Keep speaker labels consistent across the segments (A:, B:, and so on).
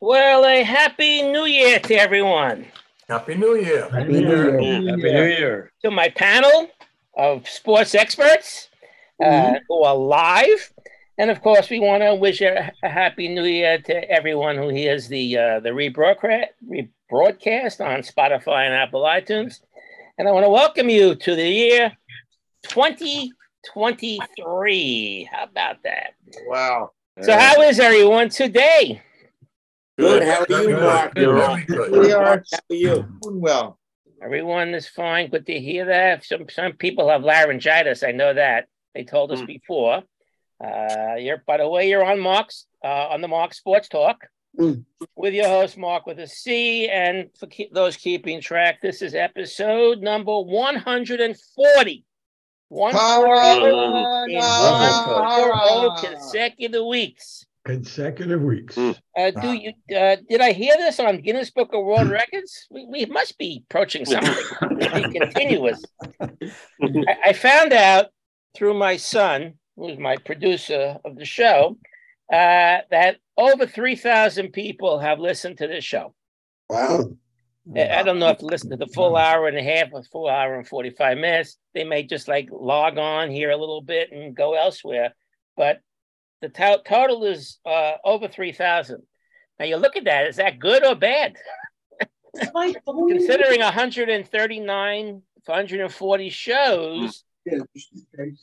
A: say Happy New Year to everyone,
B: Happy New Year.
C: Happy New Year.
D: Happy New Year.
A: to my panel of sports experts uh,
C: Mm-hmm.
A: who are live. And of course, we want to wish a, a Happy New Year to everyone who hears the, uh, the rebroadcast, rebroadcast on Spotify and Apple iTunes. And I want to welcome you to the year 2023. How about that?
D: Wow.
A: So, how is everyone today?
E: Good. How are you, Mark?
B: You're all good.
E: We are. How are you? Doing well.
A: Everyone is fine. Good to hear that. Some some people have laryngitis. I know that they told us
D: Hmm.
A: before. Uh, you're by the way, you're on Mark's uh, on the Mark Sports Talk
E: Hmm.
A: with your host Mark with a C. And for keep, those keeping track, this is episode number 140. One in one
E: Colorado.
A: consecutive weeks.
C: Consecutive weeks.
D: Hmm.
A: Uh, do
B: Wow.
A: you uh, did I hear this on Guinness Book of World Records? We, we must be approaching something to be continuous. I, I found out through my son, who's my producer of the show, uh, that over three thousand people have listened to this show.
E: Wow.
A: I I don't know if to listen to the full hour and a half or full hour and 45 minutes. They may just like log on here a little bit and go elsewhere. But the to- total is uh, over 3,000. Now you look at that, is that good or bad? Considering 139, 140 shows,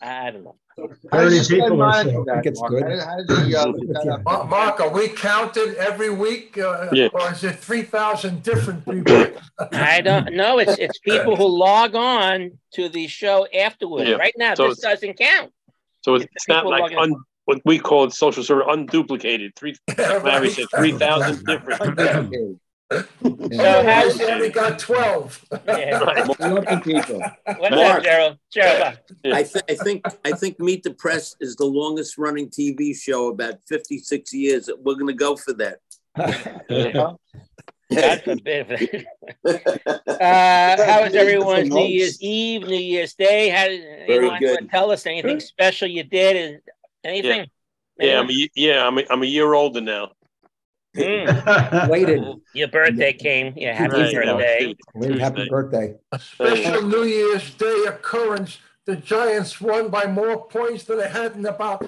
A: I don't know.
C: Thirty people or so.
E: I think it's good.
F: uh,
B: Ma- Mark, are we counted every week? uh,
D: Yeah.
B: Or is it 3,000 different people?
A: I don't know. It's it's people who log on to the show afterwards.
D: Yeah,
A: Right now,
D: so
A: this
D: it's-
A: doesn't count.
D: So it's,
A: If
D: it's not
A: people
D: like
A: log in-
D: un, what we call in social server unduplicated. Three, Larry said, three thousand different.
A: So how's
B: Oh, We only got 12.
A: Yeah.
E: people.
A: What's up,
E: Mark.
A: Gerald? Gerald,
E: I, th- I think I think Meet the Press is the longest running TV show about 56 years. We're going to go for that.
A: God forbid. Uh, how was everyone's New Year's Eve, New Year's Day? How did anyone
E: good.
A: wanna tell us anything special you did? and Anything?
D: Yeah, I'm a, ye- yeah, I'm a, I'm a year older now.
A: Mm,
F: Waited.
A: your birthday came. Yeah, happy
D: Right, that was
A: birthday.
D: Tuesday.
F: Happy birthday.
B: Special New Year's Day occurrence. The Giants won by more points than they had in about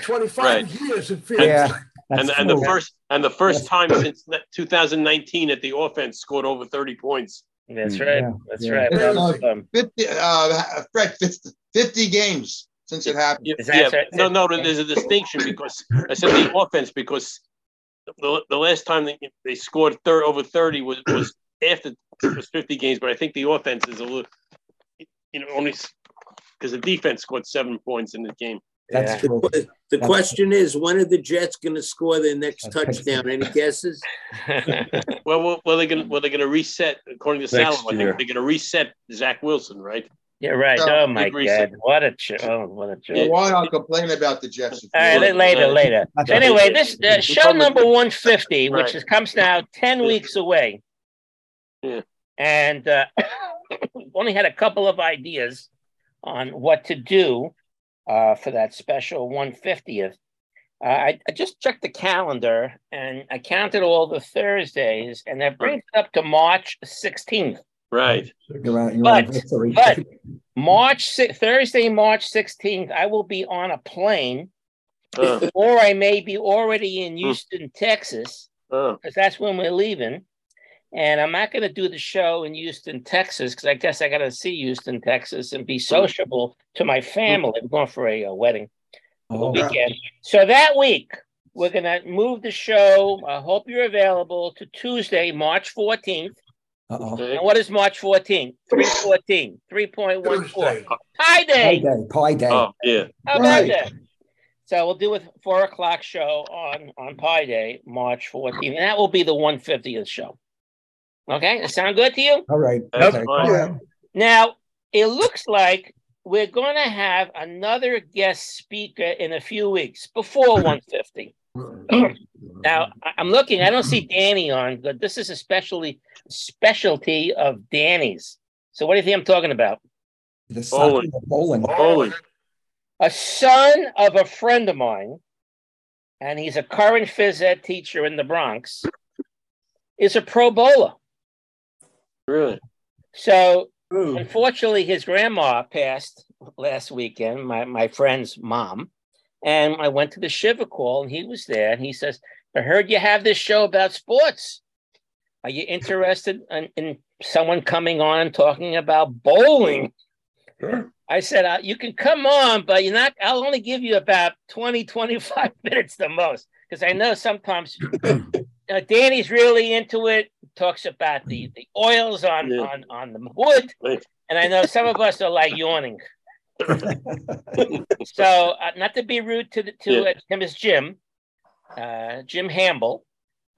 B: 25 years. It feels
F: Yeah.
B: like.
D: And,
F: That's
D: and the
F: cool.
D: first and the first
F: Yes.
D: time since ni- 2019 that the offense scored over 30 points.
A: That's right.
F: Mm, Yeah,
A: That's
F: yeah.
A: right. Well, um,
G: 50, uh, Fred, 50, 50 games since it happened.
D: Yeah,
A: Is that
D: yeah.
A: right?
D: no, no, there's a distinction because I said the offense because the, the last time they, they scored third over 30 was, was after it was 50 games, but I think the offense is a little, you know, only because the defense scored seven points in the game.
F: That's
A: yeah.
F: cool.
E: The question is, when are the Jets going to score their next
F: That's-
E: touchdown? Any guesses?
D: Well, well, well they're gonna well they're gonna reset according to Salem.
H: Next
D: I think
H: year.
D: they're gonna reset Zach Wilson, right?
A: You're right.
G: So,
A: Oh my
D: good
A: God!
D: reason.
A: What a ch- oh, what a
D: Yeah.
A: joke.
G: Why not complain about the Jets? if
A: All
G: you
A: right,
G: want?
A: then later, later.
F: That's right.
A: Anyway, this uh, show
D: Republican.
A: number 150, which
D: Right.
A: is, comes now 10 weeks away.
D: Yeah.
A: And uh, we've only had a couple of ideas on what to do uh, for that special 150th. Uh, I, I just checked the calendar and I counted all the Thursdays, and that brings it up to March 16th.
D: Right.
F: You're on- you're on
A: But-
F: anniversary.
A: but- March si- Thursday, March 16th, I will be on a plane,
D: Uh,
A: or I may be already in
D: Hmm.
A: Houston, Texas.
D: uh,
A: because that's when we're leaving. And I'm not going to do the show in Houston, Texas, because I guess I got to see Houston, Texas, and
D: Hmm.
A: be sociable to my family. We're going for a, uh wedding
F: Oh,
A: weekend. So that week, we're going to move the show. I hope you're available to Tuesday, March 14th.
F: uh-oh.
A: And what is March 14th? 314, 3.14.
B: Tuesday.
A: Hi,
F: Pie
A: day.
F: day, pie day.
D: oh yeah.
A: How about
G: Right.
A: that? So we'll do a four o'clock show on on Pi Day, March 14th, and that will be the 150th show. Okay, that sound good to you?
F: All right.
D: That's
F: Okay.
D: fine.
A: Now it looks like we're going to have another guest speaker in a few weeks before 150. now I- I'm looking; I don't see Danny on, but this is especially specialty of Danny's. So what do you think I'm talking about?
F: The soccer, the bowling.
D: Bowling.
A: a son of a friend of mine, and he's a current phys ed teacher in the Bronx. is a pro bowler.
D: Really?
A: So unfortunately, his grandma passed last weekend, my, my friend's mom. And I went to the Shiva call and he was there. And he says, I heard you have this show about sports. Are you interested in, in someone coming on and talking about bowling?
C: Sure.
A: I said, uh, you can come on, but you're not, I'll only give you about 20, 25 minutes the most. Because I know sometimes uh, Danny's really into it, talks about the, the oils on,
D: Yeah.
A: on, on the wood.
D: Right.
A: And I know some of us are like yawning. so, uh, not to be rude to, the, to
D: Yeah.
A: uh, Tim's Jim, uh, Jim Hamble.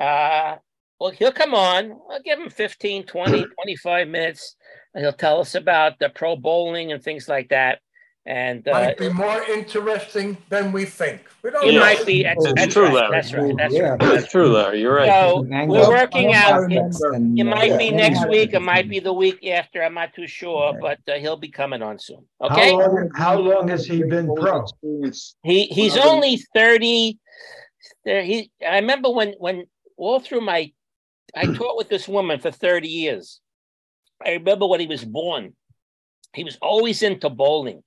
A: Uh, well, he'll come on. I'll give him 15, 20, 25 minutes. And he'll tell us about the pro bowling and things like that. And uh,
B: Might be more interesting than we think. We don't
A: it
D: Yeah.
B: know.
A: might be. That's,
F: It's
A: that's
D: true,
A: right,
D: Larry.
A: That's right. That's
F: Yeah.
A: right.
D: That's true, Larry. You're right.
A: So
F: Angle.
A: we're working out. It,
F: And,
A: it
F: uh,
A: might be
F: yeah.
A: next week. It might be the week after. I'm not too sure, but uh, he'll be coming on soon. Okay.
C: How long, how long has he been pro?
G: Experience.
A: He he's
G: Well, then-
A: only 30. There he I remember when when all through my I taught with this woman for 30 years. I remember when he was born. He was always into bowling.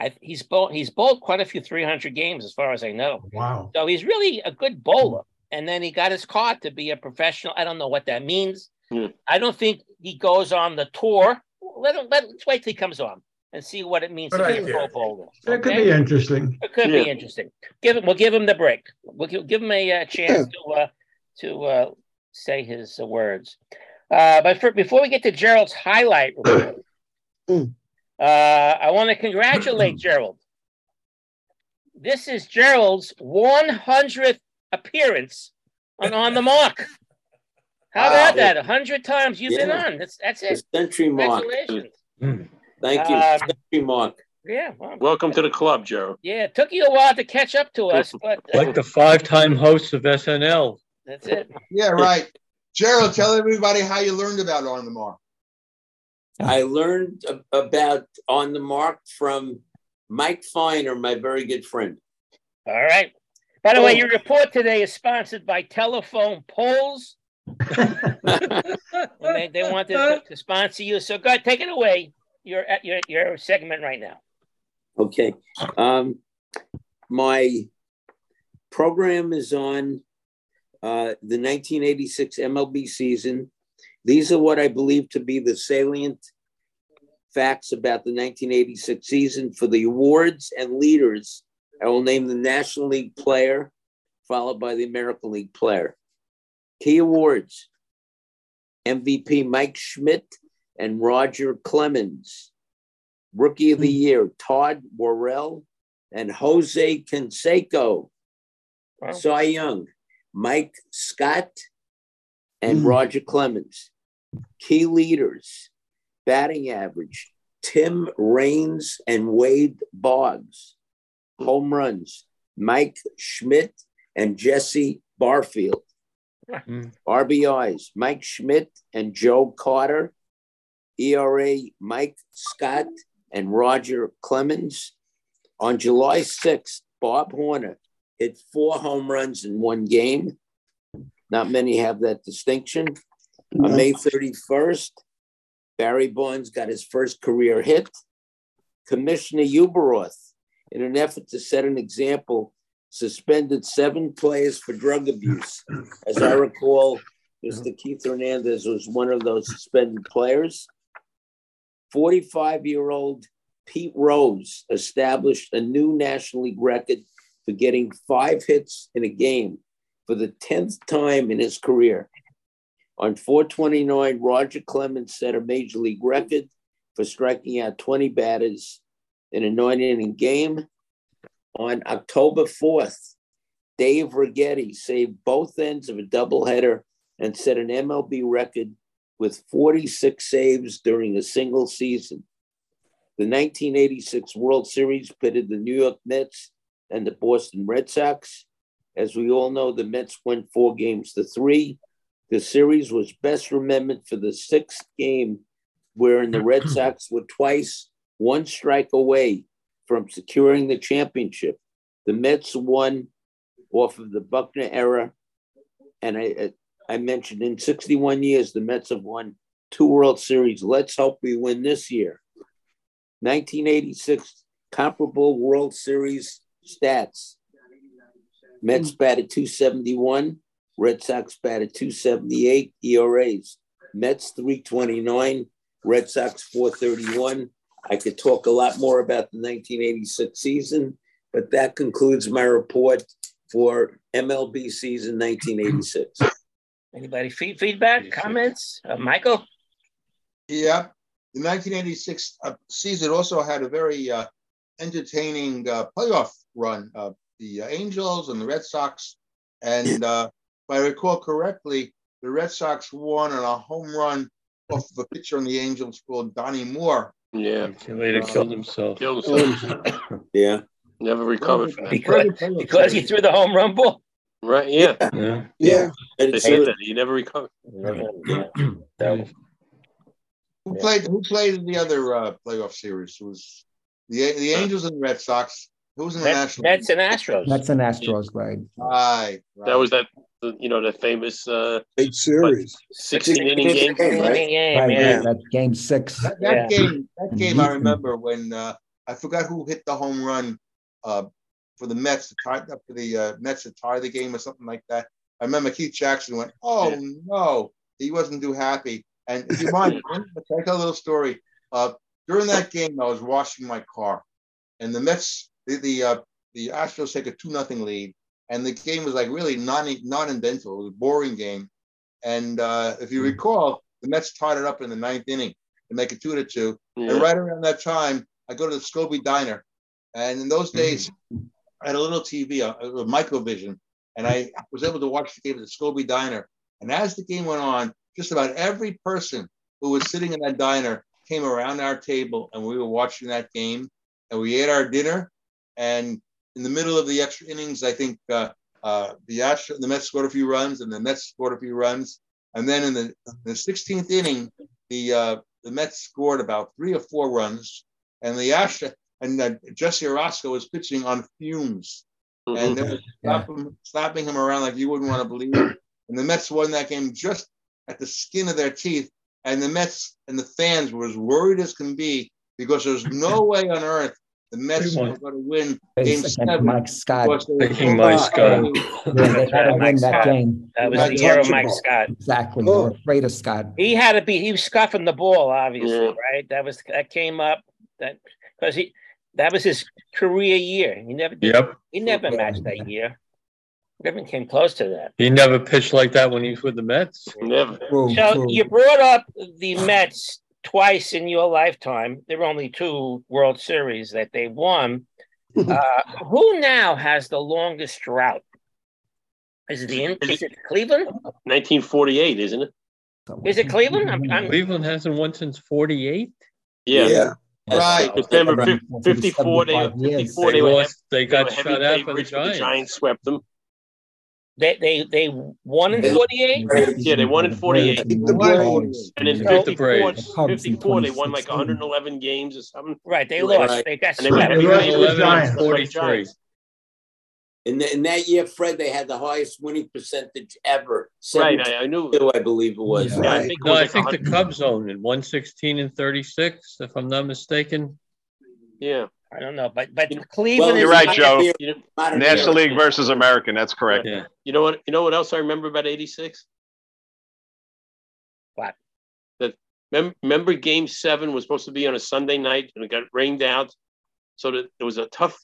A: I, he's bowled he's bowled quite a few 300 games as far as I know.
C: Wow.
A: So he's really a good bowler. And then he got his card to be a professional. I don't know what that means.
D: Hmm.
A: I don't think he goes on the tour. Let him let, let's wait till he comes on and see what it means to
B: Good
A: be a
B: idea.
A: pro bowler.
C: That could
A: okay?
C: be interesting.
A: It could
D: Yeah.
A: be interesting. Give him. We'll give him the break. We'll give, give him a uh, chance to uh, to uh, say his uh, words. Uh, but for, before we get to Gerald's highlight, report,
I: Mm.
A: uh, I want to congratulate Gerald. This is Gerald's 100th appearance on on the mark. How about
E: Wow.
A: that? A hundred times you've been
E: Yeah.
A: on. That's that's
E: The
A: it.
E: century mark.
A: Congratulations.
E: Thank you.
A: Um,
E: century mark.
A: Yeah. Well,
D: Welcome to the club, Joe.
A: yeah. It took you a while to catch up to us, but uh,
H: Like the five-time host of SNL.
A: that's it.
G: Yeah, right. Gerald, tell everybody how you learned about On the Mark.
E: I learned a- about on the mark from Mike Feiner, my very good friend.
A: All right. By the way,
E: Oh.
A: your report today is sponsored by Telephone Polls. And they, they wanted to, to sponsor you. So go ahead, take it away. You're at your, your segment right now.
E: Okay. Um, my program is on uh, the 1986 MLB season. These are what I believe to be the salient facts about the 1986 season for the awards and leaders. I will name the National League player, followed by the American League player. Key awards MVP Mike Schmidt and Roger Clemens. Rookie of the Year, Todd Worrell and Jose Canseco.
A: Wow.
E: Cy Young, Mike Scott and
C: Mm.
E: Roger Clemens. Key leaders, batting average, Tim Raines and Wade Boggs. Home runs, Mike Schmidt and Jesse Barfield.
H: Mm.
E: RBIs, Mike Schmidt and Joe Carter. ERA, E Mike Scott and Roger Clemens. On July 6th, Bob Horner hit four home runs in one game. Not many have that distinction. On May 31st, Barry Bonds got his first career hit. Commissioner Uberoth, in an effort to set an example, suspended seven players for drug abuse. As I recall, Mr. Keith Hernandez was one of those suspended players. 45 year old Pete Rose established a new National League record for getting five hits in a game for the 10th time in his career. On 429, Roger Clemens set a major league record for striking out 20 batters in a nine inning game. On October 4th, Dave Rigetti saved both ends of a doubleheader and set an MLB record with 46 saves during a single season. The 1986 World Series pitted the New York Mets and the Boston Red Sox. As we all know, the Mets won four games to three. The series was best remembered for the sixth game, wherein the Red Sox were twice one strike away from securing the championship. The Mets won off of the Buckner era, and I, I mentioned in 61 years, the Mets have won two World Series. Let's hope we win this year. 1986 comparable World Series stats. Mets batted 271, Red Sox batted 278 ERAs. Mets 329, Red Sox 431. I could talk a lot more about the 1986 season, but that concludes my report for MLB season 1986.
A: Anybody feed, feedback, comments? Uh, Michael?
G: Yeah. The 1986 uh, season also had a very uh, entertaining uh, playoff run. Uh, the uh, Angels and the Red Sox. And uh, if I recall correctly, the Red Sox won on a home run off of a pitcher on the Angels called Donnie Moore.
D: Yeah,
H: He later killed himself.
D: killed himself.
E: Yeah.
D: Never recovered from that.
A: Because, because he threw the home run ball.
D: Right? Yeah,
H: Yeah.
E: Yeah.
D: they said that he never recovered.
A: So,
G: Who played? Who played in the other uh, playoff series? It was the the Angels and the Red Sox? Who was in the
A: Mets,
G: National? Uh,
A: Mets and Astros.
F: That's an Astros grade.
G: Right, right.
D: That was that. You know that famous uh,
I: Eight series.
D: 16 inning game.
E: right?
A: Yeah,
F: Right,
A: man.
F: that's game six.
G: that, that
A: Yeah.
G: game. That game I remember when uh, I forgot who hit the home run uh, for the Mets to tie up for the uh, Mets to tie the game or something like that. I remember Keith Jackson went, "Oh
D: Yeah.
G: no, he wasn't too happy." And if you mind, can I tell a little story? Uh, during that game, I was washing my car, and the Mets, the the, uh, the Astros take a two nothing lead, and the game was like really non non inventive. It was a boring game, and uh, if you recall, the Mets tied it up in the ninth inning to make it two to two.
D: Yeah.
G: And right around that time, I go to the Scobie Diner. And in those days, I had a little TV, a, a microvision, and I was able to watch the game at the Scobie Diner. And as the game went on, just about every person who was sitting in that diner came around our table and we were watching that game and we ate our dinner. And in the middle of the extra innings, I think uh, uh, the, Astro, the Mets scored a few runs and the Mets scored a few runs. And then in the, the 16th inning, the uh, the Mets scored about three or four runs, and the Ash and uh, Jesse Orozco was pitching on fumes, and they were
F: Yeah.
G: slapping, slapping him around like you wouldn't want to believe. it. And the Mets won that game just at the skin of their teeth, and the Mets and the fans were as worried as can be because there's no way on earth the Mets
H: They won.
G: were going to win game
F: Against
G: seven
F: Mike Scott.
G: because they were
H: Thinking
G: so
H: Mike
G: afraid.
F: Yeah, they had to win that game.
A: That was the era of Mike Scott.
F: Exactly. They were afraid of Scott.
A: He had to be. He was scuffing the ball, obviously,
D: Yeah.
A: right? That was that came up that because he that was his career year. He never did.
H: Yep.
A: He never matched that year. Never came close to that.
H: He never pitched like that when he was with the Mets.
D: Never.
F: True,
A: So
D: Oh,
F: true.
A: you brought up the Mets twice in your lifetime. There were only two World Series that they won. Uh, who now has the longest drought? Is it the is it Cleveland?
D: 1948, isn't it?
A: Is it Cleveland? I'm, I'm,
H: Cleveland hasn't won since 48.
D: Yeah.
G: Right.
D: December
F: Around
D: 54, they-
F: 75 years.
D: 54. Well,
H: They,
D: they were
H: lost, they
D: They were
H: got
D: heavy
H: shut out by the
D: favorites, but
H: Giants.
D: The Giants swept them.
A: they they they won in
E: Yeah.
A: '48.
D: Yeah, they won in 48.
F: Take
G: the
F: Braves.
D: And in
A: So-
F: Yeah.
D: 54,
A: Take the
F: Braves. Cubs in
D: 54 they won like
F: 2016.
D: 111 games or something.
A: Right, they
D: You're
A: lost.
E: right.
A: They got
D: And they were
A: swept.
D: heavy
C: lost to the
D: favorites,
C: Giants.
D: but the Giants.
E: In, the, in that year, Fred, they had the highest winning percentage ever.
D: Right, I, I knew.
E: Two, I believe it was.
D: Yeah, I
I: Right.
D: think it
H: No,
D: was
H: I
D: like
H: think the
D: 100
H: Cubs owned it 116 and 36, if I'm not mistaken.
D: Yeah.
A: I don't know, but but Cleveland
E: Well,
A: is
J: You're right,
A: not-
J: Joe.
D: You know,
E: Modern
J: National
E: era.
J: League versus American. That's correct.
H: Yeah.
D: you know what? You know what else I remember about '86?
A: What?
D: That mem- remember Game Seven was supposed to be on a Sunday night and it got rained out, so that it was a tough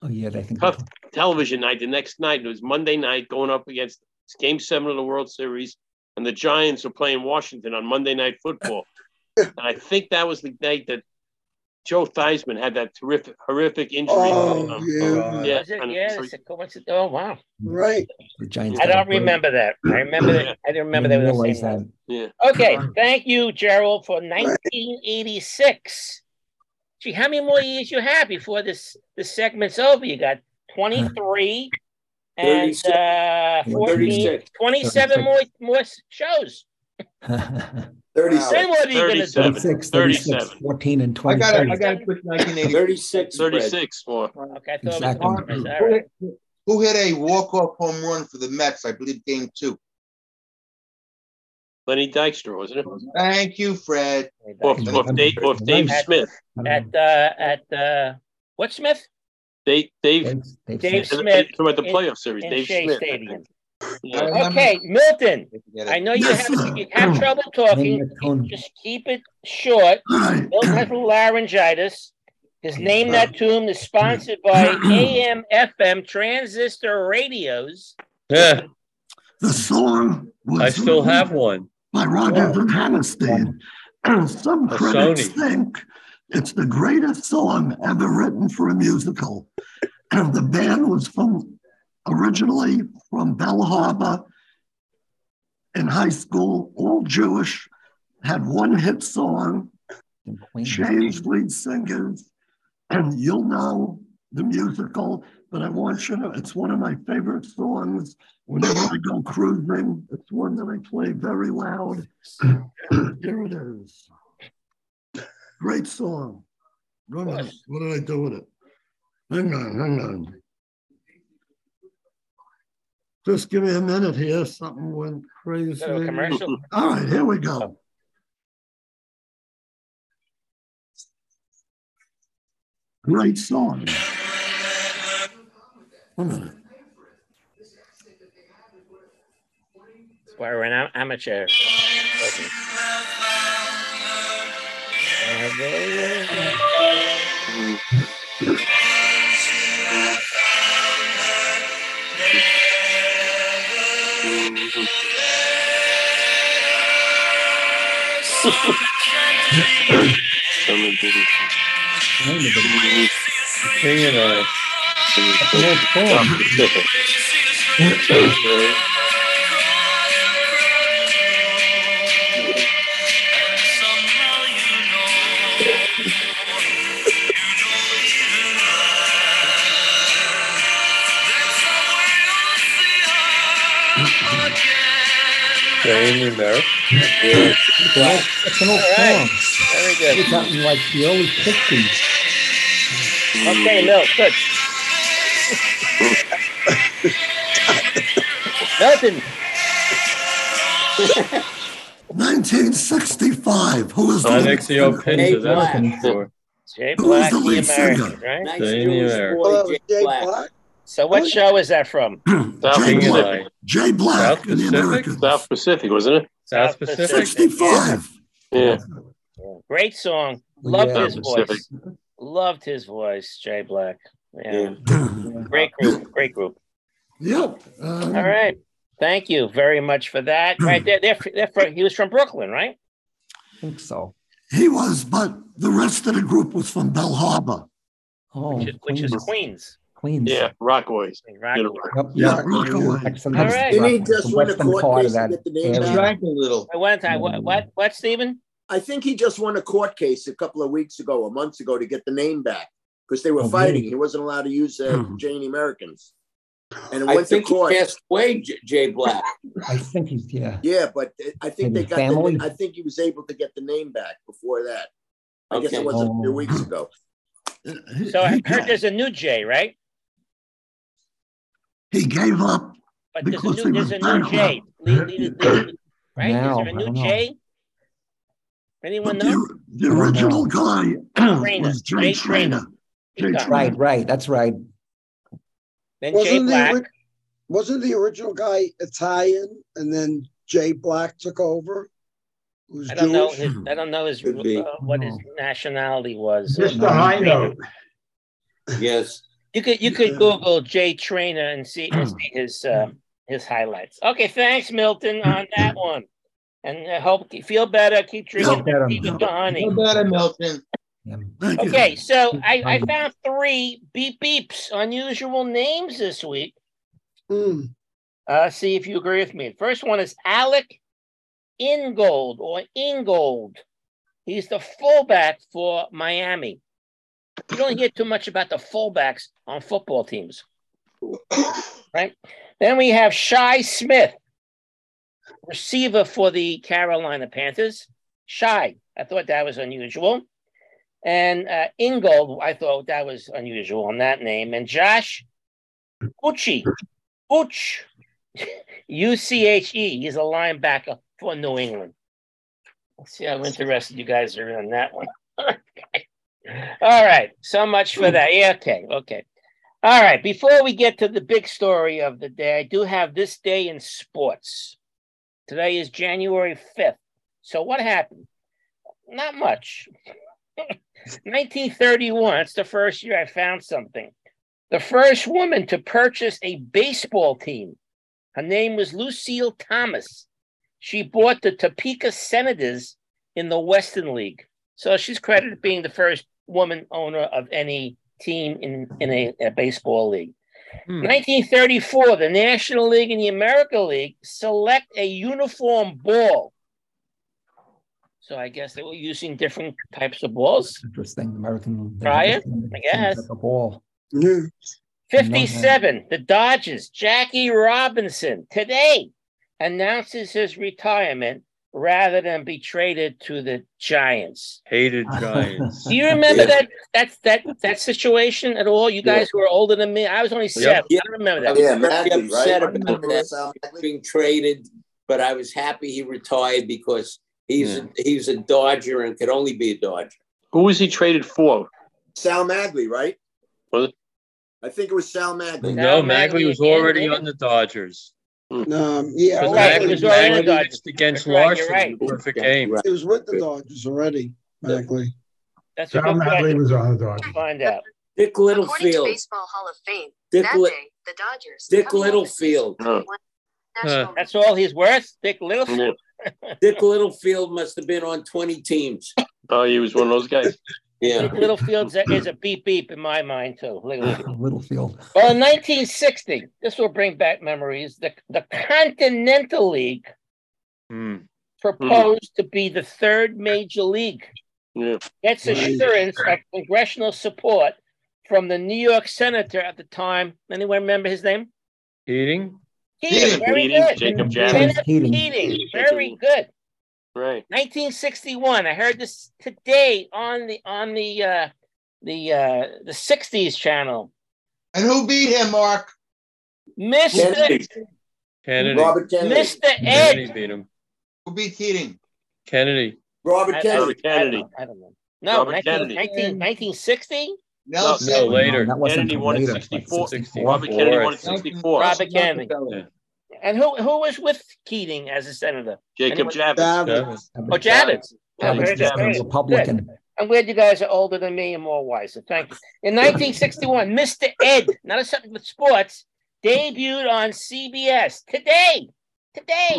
F: Oh, yeah, they think.
D: Tough. television night the next night. It was Monday night going up against Game Seven of the World Series, and the Giants were playing Washington on Monday Night Football. and I think that was the night that Joe Theismann had that terrific, horrific injury.
I: Oh,
D: Um,
I: yeah.
D: yeah,
A: Is it?
D: and
A: Yeah,
D: so-
A: it's a coincidence. Oh wow,
I: Right.
F: The Giants.
A: I
F: got a
A: don't
F: break.
A: remember that. I remember that. I didn't remember they were
F: Didn't
A: the
F: realize
A: same. night.
F: that.
D: yeah.
A: Okay, thank you, Gerald, for 1986. Gee, how many more years you have before this this segment's over? You got 23 and uh, 14,
E: 36.
A: 27 more more shows. How
E: 36.
A: many more are you gonna do?
D: 37.
F: 36, 36,
D: 37.
F: 14, and
G: I
F: 20.
G: got a, I got a quick 1980.
E: 36. Fred.
D: 36 more.
A: Okay, I thought
F: Exactly.
A: it was 20. All
G: Who
A: right.
G: hit- who hit a walk-off home run for the Mets? I believe game two.
D: Lenny Dykstra, wasn't it?
G: Thank you, Fred.
D: Off, off Dave, off Dave Smith.
A: At uh, at uh, what Smith?
D: Dave, Dave,
F: Dave
A: Dave
F: Smith.
A: Smith.
D: From at the
A: in-
D: playoff series,
A: in
D: Dave
A: Shea
D: Smith. I
A: Stadium.
D: think. Yeah.
A: Okay, Milton. I know you have you have trouble talking.
F: Coon.
A: Just keep it short. Milton has laryngitis. His name that tune is sponsored by AM FM transistor radios.
H: Yeah,
I: The song was
H: I still have one.
I: by Roger Vacanstein. Some
H: A
I: critics
H: Sony.
I: think it's the greatest song ever written for a musical. And the band was from originally from Bell Harbor in high school, all Jewish, had one hit song, changed lead singers, and you'll know the musical. But I want you to know it's one of my favorite songs. Whenever I go cruising, it's one that I play very loud. Here it is. Great song. What did I- what did I do with it? Hang on, hang on. Just give me a minute here. Something went crazy.
A: Little commercial.
I: All right, here we go. Great song. One minute.
A: That's why we're an am- amateur. Okay.
H: King and I. Jane and Eric.
F: Well, It's an old
A: All right.
F: song.
A: Very
F: It's
A: good.
F: out in like the early 60s.
A: Okay, Milt, good. Milton,
I: 1965. Who was the lead
H: Alexio
I: singer?
H: Pinto, that's what I'm for.
A: Jay
I: Who's
A: Black,
I: the
A: the
I: lead
A: American,
I: singer?
A: right?
E: Nice
H: Stay in
E: Jewish
H: there.
E: boy,
B: Hello,
E: Jay
B: Jay
E: Black.
B: Black.
A: So, what show is that from?
D: South
I: Jay
H: King and
I: Black,
H: I.
I: Jay Black
H: South
I: and the
H: Pacific?
I: Americans.
D: South Pacific, wasn't it?
H: South Pacific.
I: 65.
D: Yeah.
A: Great song.
F: Well,
A: Loved
F: yeah.
A: his
D: Pacific.
A: voice. Loved his voice, Jay Black. Yeah.
D: Yeah.
A: Great group. Great group.
I: Yep. um,
A: All right. Thank you very much for that. Right there. They're, they're from, he was from Brooklyn, right?
F: I think so.
I: He was, but the rest of the group was from Bell Harbor.
F: Oh,
A: Which is, which is Queens.
F: Queens.
D: Yeah, Rockaways.
A: in
D: You
A: Rockaway.
D: know,
F: Yep.
I: Yeah, Rockaway.
F: Jackson,
A: All
F: that's
A: right.
F: the
A: Didn't
B: he
F: western-
B: just win a
F: western
B: court
F: part of
B: case to
F: that Hmm.
B: get the name
F: area.
B: back?
G: Drank a little.
A: I one time, what, what, what, Stephen?
B: I think he just won a court case a couple of weeks ago or months ago to get the name back because they were
F: Oh,
B: fighting.
F: really? Hmm.
B: He wasn't allowed to use uh, Jane Americans. And it
E: I
B: went to
E: think he
B: court.
E: passed away, J- Jay Black.
F: I think he's, yeah.
B: Yeah, but uh, I think
F: And
B: they
F: his
B: got. The,
F: family?
B: I think he was able to get the name back before that. I guess
E: Okay.
B: it was a few
F: Oh.
B: weeks ago.
I: He-
A: So
I: he
A: I heard
I: ga-
A: there's a new Jay, right?
I: He gave up.
A: But there's a
I: Because
A: new,
I: he was
A: there's a new
I: bankrupt.
A: Jay. Lead- lead- lead- Right? Is
F: Now,
A: there a
F: Oh, I
A: new
F: don't know.
A: Jay? Anyone
I: But
A: know?
I: the, the original guy
A: Trainer,
I: was
A: Mm-hmm.
I: Jay
A: Jay Trainer.
I: Trainer. Jay
A: Peacock.
I: Trainer.
F: Right, right. That's right.
A: Then Jay
K: Wasn't the,
A: Black.
K: ori- wasn't the original guy Italian and then Jay Black took over? Who's
A: I don't know.
K: Jewish?
A: His, I don't know his
E: Could be.
A: uh, what his
F: Oh.
A: nationality was.
C: Mr. High Note.
E: yes.
A: You could you could Google Jay Trainer and see, and see his uh, his highlights. Okay, thanks Milton on that one, and I hope feel better. Keep drinking
F: Feel better,
A: tea with
F: Milton.
A: the honey.
G: No better, Milton.
F: Yeah.
I: Thank you.
A: Okay, so I, I found three beep beeps, unusual names this week.
K: Mm.
A: Uh, see if you agree with me. First one is Alec Ingold or Ingold. He's the fullback for Miami. You don't hear too much about the fullbacks on football teams. Right? Then we have Shy Smith, receiver for the Carolina Panthers. Shy, I thought that was unusual. And uh, Ingold, I thought that was unusual on that name. And Josh Uchi, Uch, U C H E. He's a linebacker for New England. Let's see how interested you guys are in that one. All right. So much for that. Yeah, okay. Okay. All right. Before we get to the big story of the day, I do have this day in sports. Today is January 5th. So what happened? Not much. 1931, it's the first year I found something. The first woman to purchase a baseball team. Her name was Lucille Thomas. She bought the Topeka Senators in the Western League. So she's credited being the first woman owner of any team in, in a, a baseball league.
H: Hmm.
A: 1934, the National League and the American League select a uniform ball. So I guess they were using different types of balls.
F: Interesting. American.
A: Prior, I guess.
F: The ball.
A: 57, the Dodgers, Jackie Robinson today announces his retirement rather than be traded to the Giants.
H: Hated Giants.
A: Do you remember
H: Yeah.
A: that that that that situation at all? You guys who are older than me, I was only seven. I remember that.
E: Yeah, Matt upset
A: I
E: about
A: remember
E: this being traded, but I was happy he retired because he's a, he's a Dodger and could only be a Dodger.
D: Who was he traded for?
L: Sal Maglie, right?
D: Was it?
L: I think it was Sal Maglie.
H: No, Magley was already on the Dodgers.
D: Hmm.
K: Um, yeah,
H: Because
K: well, he
H: Magley,
K: was already on the
H: Magley
K: Dodgers.
H: pitched against
K: That's right,
H: Larson
K: you're
H: in
K: right.
H: the perfect game.
K: He was with the Dodgers already, Bagley.
A: That's
K: a
C: John
K: good
C: Madley
K: question.
C: was on the Dodgers.
A: Find out.
E: Dick
M: According to
E: Littlefield.
M: Baseball Hall of Fame,
E: Dick
M: that
E: Lit-
M: day, the Dodgers.
E: Dick
M: coming off a season
E: Littlefield.
M: of one national
A: That's all he's worth, Dick Littlefield.
E: Dick Littlefield must have been on 20 teams.
D: Oh, he was one of those guys.
E: Yeah.
A: Dick Littlefield's a, is a beep beep in my mind too. Littlefield.
F: Littlefield.
A: Well, in 1960, this will bring back memories. The the Continental League proposed to be the third major league.
D: Yeah.
A: Gets
D: Right.
A: assurance of congressional support from the New York senator at the time. Anyone remember his name?
H: Heating?
A: Heating. Very
D: Heating,
A: good.
D: Jacob
A: Kenneth
D: Javits.
A: Heating. Very good.
D: Right.
A: 1961. I heard this today on the on the uh, the uh, the 60s channel.
G: And who beat him, Mark?
A: Mr.
G: Kennedy.
H: Kennedy.
G: Robert Kennedy.
A: Mr. Ed.
H: Kennedy beat him.
G: Who beat Keating?
H: Kennedy.
A: I- I-
H: Robert
A: I don't
H: Kennedy.
A: know. I don't know. No,
H: Robert
A: 19,
H: Kennedy.
A: 19 1960?
H: Nelson. No, later.
F: that wasn't
H: Kennedy
F: until
H: won in
F: later, like
H: 64.
F: 64.
H: Robert Kennedy won in
D: 64.
A: Robert Kennedy. And who who was with Keating as a senator?
D: Jacob
A: Anyone?
D: Javits.
K: Javits.
A: Oh, Javits. Oh,
F: Kennedy
A: very
F: was
A: good, very
F: a
A: good.
F: Republican.
A: I'm glad you guys are older than me and more wiser. Thank you. In 1961, Mr. Ed, not has something with sports, debuted on CBS today. Today.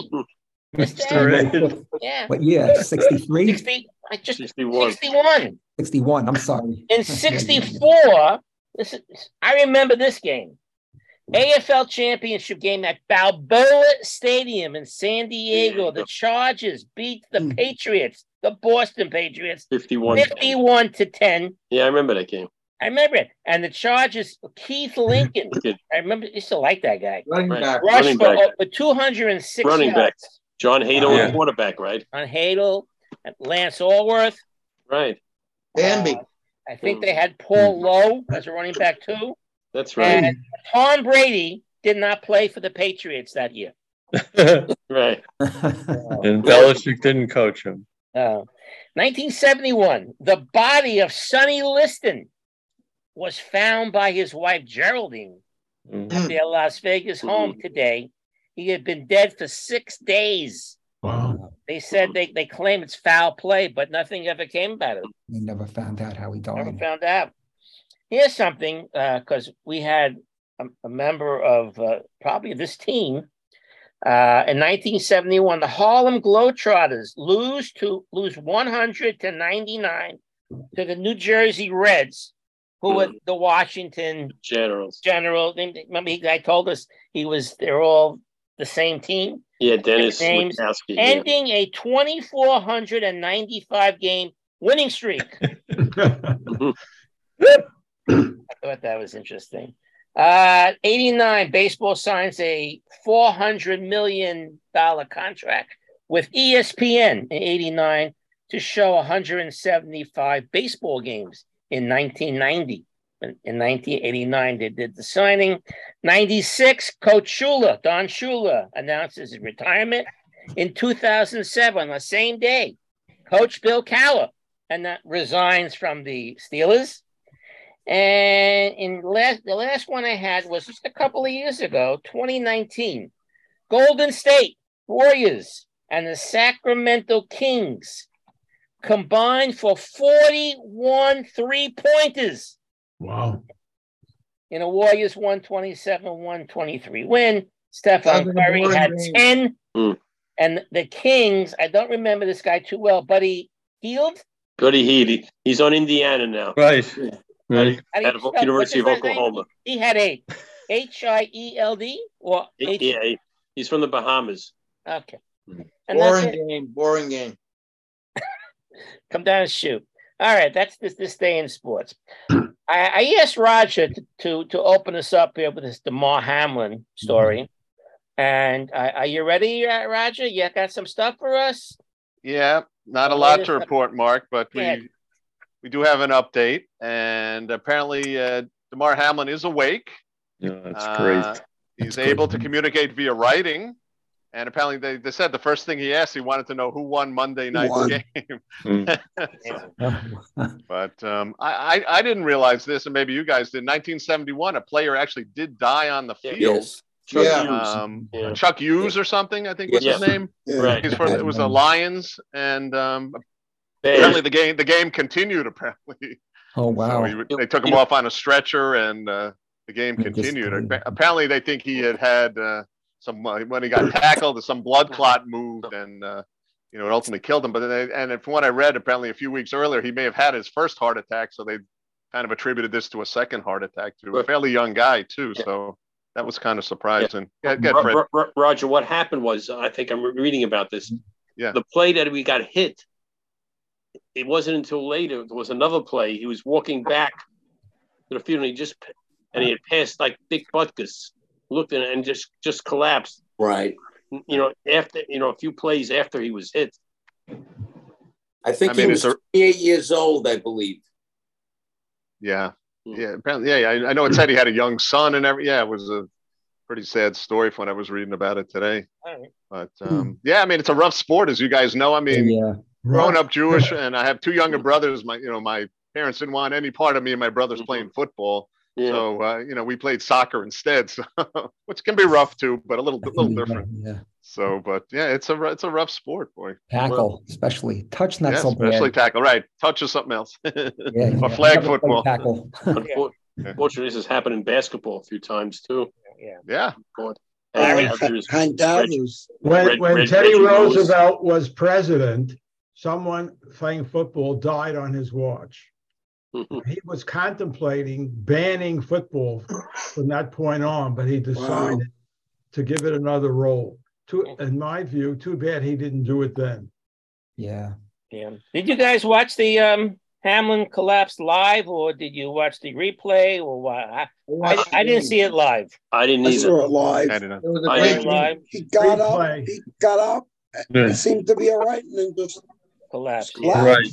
F: Mr.
A: Yeah.
F: What year? 63?
A: 60, I just 61.
F: 61. I'm sorry.
A: In 64, this is, I remember this game. AFL championship game at Balboa Stadium in San Diego. The Chargers beat
D: Hmm.
A: the Patriots, the Boston Patriots,
D: 51.
A: 51 to 10.
D: Yeah, I remember that game.
A: I remember it. And the Chargers, Keith Lincoln.
D: Good.
A: I remember, I used to like that guy.
D: Running Right. back.
A: Rushed
D: Running
A: for
D: back.
A: over 206
D: Running
A: yards
D: back. John Hadel,
H: Yeah.
D: quarterback, right?
A: on Hadel, and Lance Allworth.
D: Right. Hmm.
A: Bambi. I think they had Paul Lowe as a running back, too.
D: That's right.
A: And Tom Brady did not play for the Patriots that year.
D: right.
H: And Belichick didn't coach him.
A: Uh, 1971, the body of Sonny Liston was found by his wife Geraldine
E: Hmm.
A: at their Las Vegas
D: Hmm.
A: home today. He had been dead for six days.
C: Wow.
A: They said they, they claim it's foul play, but nothing ever came about it.
F: They never found out how he
A: Never
F: died.
A: found out. Here's something because we had a, a member of uh, probably this team uh, in 1971. The Harlem Globetrotters lose to lose 100 to 99 to the New Jersey Reds, who were
D: Hmm.
A: the Washington
D: Generals.
A: General. Remember, he guy told us he was. They're all the same team.
D: Yeah, Dennis
A: Names.
D: Witkowski. yeah.
A: Ending a 2,495 game winning streak. I thought that was interesting. Uh, 89, baseball signs a $400 million contract with E ESPN in 89 to show 175 baseball games in 1990. In in 1989, they did the signing. 96, Coach Shula, Don Shula, announces his retirement. in 2007 on the same day. Coach Bill Calla and that resigns from the Steelers. And in last, the last one I had was just a couple of years ago, 2019. Golden State Warriors and the Sacramento Kings combined for 41 three pointers
C: Wow.
A: in a Warriors 127 123 win. Stephon Curry had 10,
D: Mm.
A: and the Kings, I don't remember this guy too well, Buddy Heald.
D: Buddy Heath. he- He's on Indiana now.
H: Right.
D: Out
A: How do you
D: of
A: spell-
D: University of
A: what's his last name?
D: Oklahoma.
A: He had eight. H I E L D or H.
D: Yeah, he- he's from the Bahamas.
A: Okay. And that's
G: Hmm. Boring
A: it.
G: game, boring game.
A: Come down and shoot. All right, that's this this day in sports. I, I asked Roger to, to to open us up here with this Demar Hamlin story.
G: Mm-hmm.
A: And uh, are you ready, uh, Roger? You got some stuff for us?
J: Yeah, not a
A: The
J: lot
A: latest
J: to
A: up-
J: report, Mark, but
A: Go ahead.
J: we we do have an update, and apparently uh, Demar Hamlin is awake.
N: Yeah, that's
J: Uh,
N: crazy.
J: He's
N: That's
J: able
N: crazy.
J: to communicate via writing, and apparently they, they said the first thing he asked, he wanted to know who won Monday night's
N: won?
J: game.
N: Mm.
J: So- but um, I, I I didn't realize this, and maybe you guys did. 1971, a player actually did die on the field.
E: Yes.
J: Chuck
E: Yeah.
J: Hughes. Um, Chuck Hughes or something, I think was
E: Yes.
J: his name.
E: Yeah. Right.
J: He's from, it was the Lions, and um,
D: Bears.
J: apparently the game the game continued. Apparently,
F: Oh, wow.
J: So he- they took him off on a stretcher, and uh, the game continued. Appa- Apparently, they think he had had uh, some uh, when he got tackled, some blood clot moved, and uh, you know it ultimately killed him. But they, and from what I read, apparently a few weeks earlier, he may have had his first heart attack, so they kind of attributed this to a second heart attack to a
D: Right.
J: fairly young guy too. So that was kind of surprising. Yeah. Get,
D: Ro-
J: Fred.
D: Ro- Ro- Roger, what happened was, I think I'm re- reading about this.
J: Yeah.
D: The play that we got hit, it wasn't until later. There was another play. He was walking back to the field and he just, and he had passed like Dick Butkus, looked at it and just, just collapsed.
E: Right.
D: You know, after, you know, a few plays after he was hit.
E: I think
J: I mean,
E: he
J: it's
E: was
J: a-
E: 28 years old, I believe.
J: Yeah. Yeah. Apparently, yeah, yeah. I, I know it said he had a young son and every. Yeah, it was a pretty sad story from when I was reading about it today. But um, yeah, I mean, it's a rough sport, as you guys know. I mean,
F: Hmm. Yeah.
J: growing up Jewish, and I have two younger brothers. My, you know, my parents didn't want any part of me and my brothers playing football.
D: Yeah.
J: So uh, you know, we played soccer instead, so, which can be rough too, but a little, a little different.
F: Yeah.
J: So, but yeah, it's a, r- it's a rough sport, boy.
F: Tackle, especially. Touch, not
J: Yeah,
F: so bad.
J: especially tackle. Right, touch or something else,
F: yeah.
J: or
F: Never played
J: flag football.
F: tackle.
D: Unfor- Unfortunately, this has happened in basketball a few times too.
A: Yeah.
J: Yeah.
C: When,
D: Reg-
C: when
D: Reg-
C: Teddy
D: Reggie Lewis.
C: Roosevelt was president, someone playing football died on his watch. he was contemplating banning football from that point on, but he decided to give it another role. Too, in my view, too bad he didn't do it then.
F: Yeah.
A: Yeah. Did you guys watch the um, Hamlin collapse live, or did you watch the replay, or what? I, I,
D: watched
A: I didn't
D: the-
A: see it live.
D: I didn't
K: I
D: either.
K: saw it live.
J: I didn't.
K: It was a
D: I
K: great
D: didn't.
K: game. He got
C: Replay.
K: up. He got up.
H: Yeah.
K: He seemed to be all right, and then just
A: collapse.
K: collapsed.
H: Right.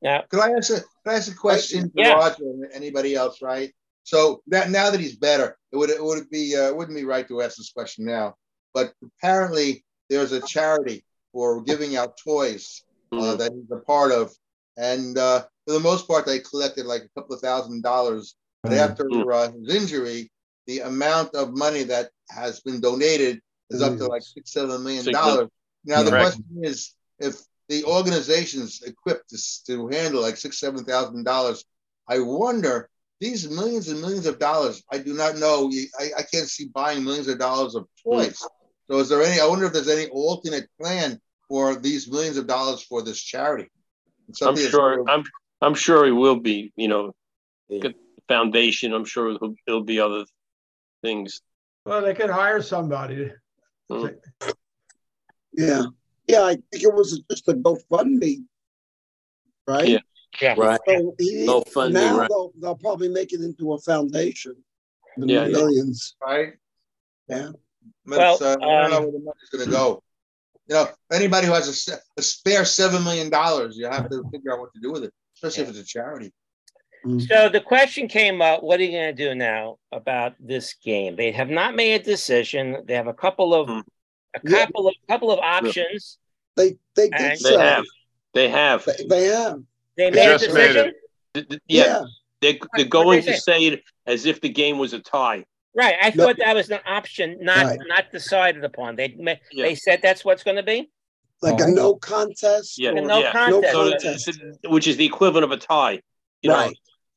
A: Yeah.
G: Could I ask a could I ask a question
A: Yeah.
G: to Roger and anybody else? Right. So that now that he's better, it would it would be uh, it wouldn't be right to ask this question now. But apparently, there's a charity for giving out toys uh, that he's a part of, and uh, for the most part, they collected like a couple of thousand dollars. But
B: Mm.
G: after uh, his injury, the amount of money that has been donated is up to like six seven million
D: Six
G: dollars.
D: million.
G: Now the
D: Correct.
G: question is if the organization's equipped to, s- to handle like six, seven thousand dollars. I wonder these millions and millions of dollars. I do not know. you- I, I can't see buying millions of dollars of toys. So is there any? I wonder if there's any alternate plan for these millions of dollars for this charity. It's
D: I'm
G: something that's-
D: sure. I'm I'm sure he will be. You know, good foundation. I'm sure he'll, there'll be other things.
C: Well, they could hire somebody.
D: Mm.
K: Yeah. Yeah, I think it was just a GoFundMe, right?
D: Yeah.
A: Yeah.
E: Right.
K: So he,
E: GoFundMe,
K: now
E: right.
K: they'll, they'll probably make it into a foundation. The
E: Yeah, yeah.
K: millions.
G: Right.
K: Yeah.
G: But it's,
K: Well,
G: uh, I don't know
K: um,
G: where the money's going to go. You know, anybody who has a, se- a spare seven million dollars, you have to figure out what to do with it, especially if it's a charity.
D: Mm.
A: So the question came up: What are you
D: Mm.
A: going to do now about this game? They have not made a decision. They have a couple of a couple of couple of options.
K: They they
A: did
D: They have. They have. They,
K: have.
D: They
A: They made a
D: just made
A: decision.
D: it. Th- th- Yeah.
A: Yeah.
D: They're, they're
A: What- what'd
D: going
A: they
D: to say it as if the game was a tie.
A: Right. I
D: No.
A: thought that was an option not
D: Right.
A: not decided upon. They ma- they said that's what's going to be.
K: Like a no contest?
D: Oh. Yeah.
K: or-
A: no
D: yeah.
A: contest.
D: So it's- it's- which is the equivalent of a tie. You know?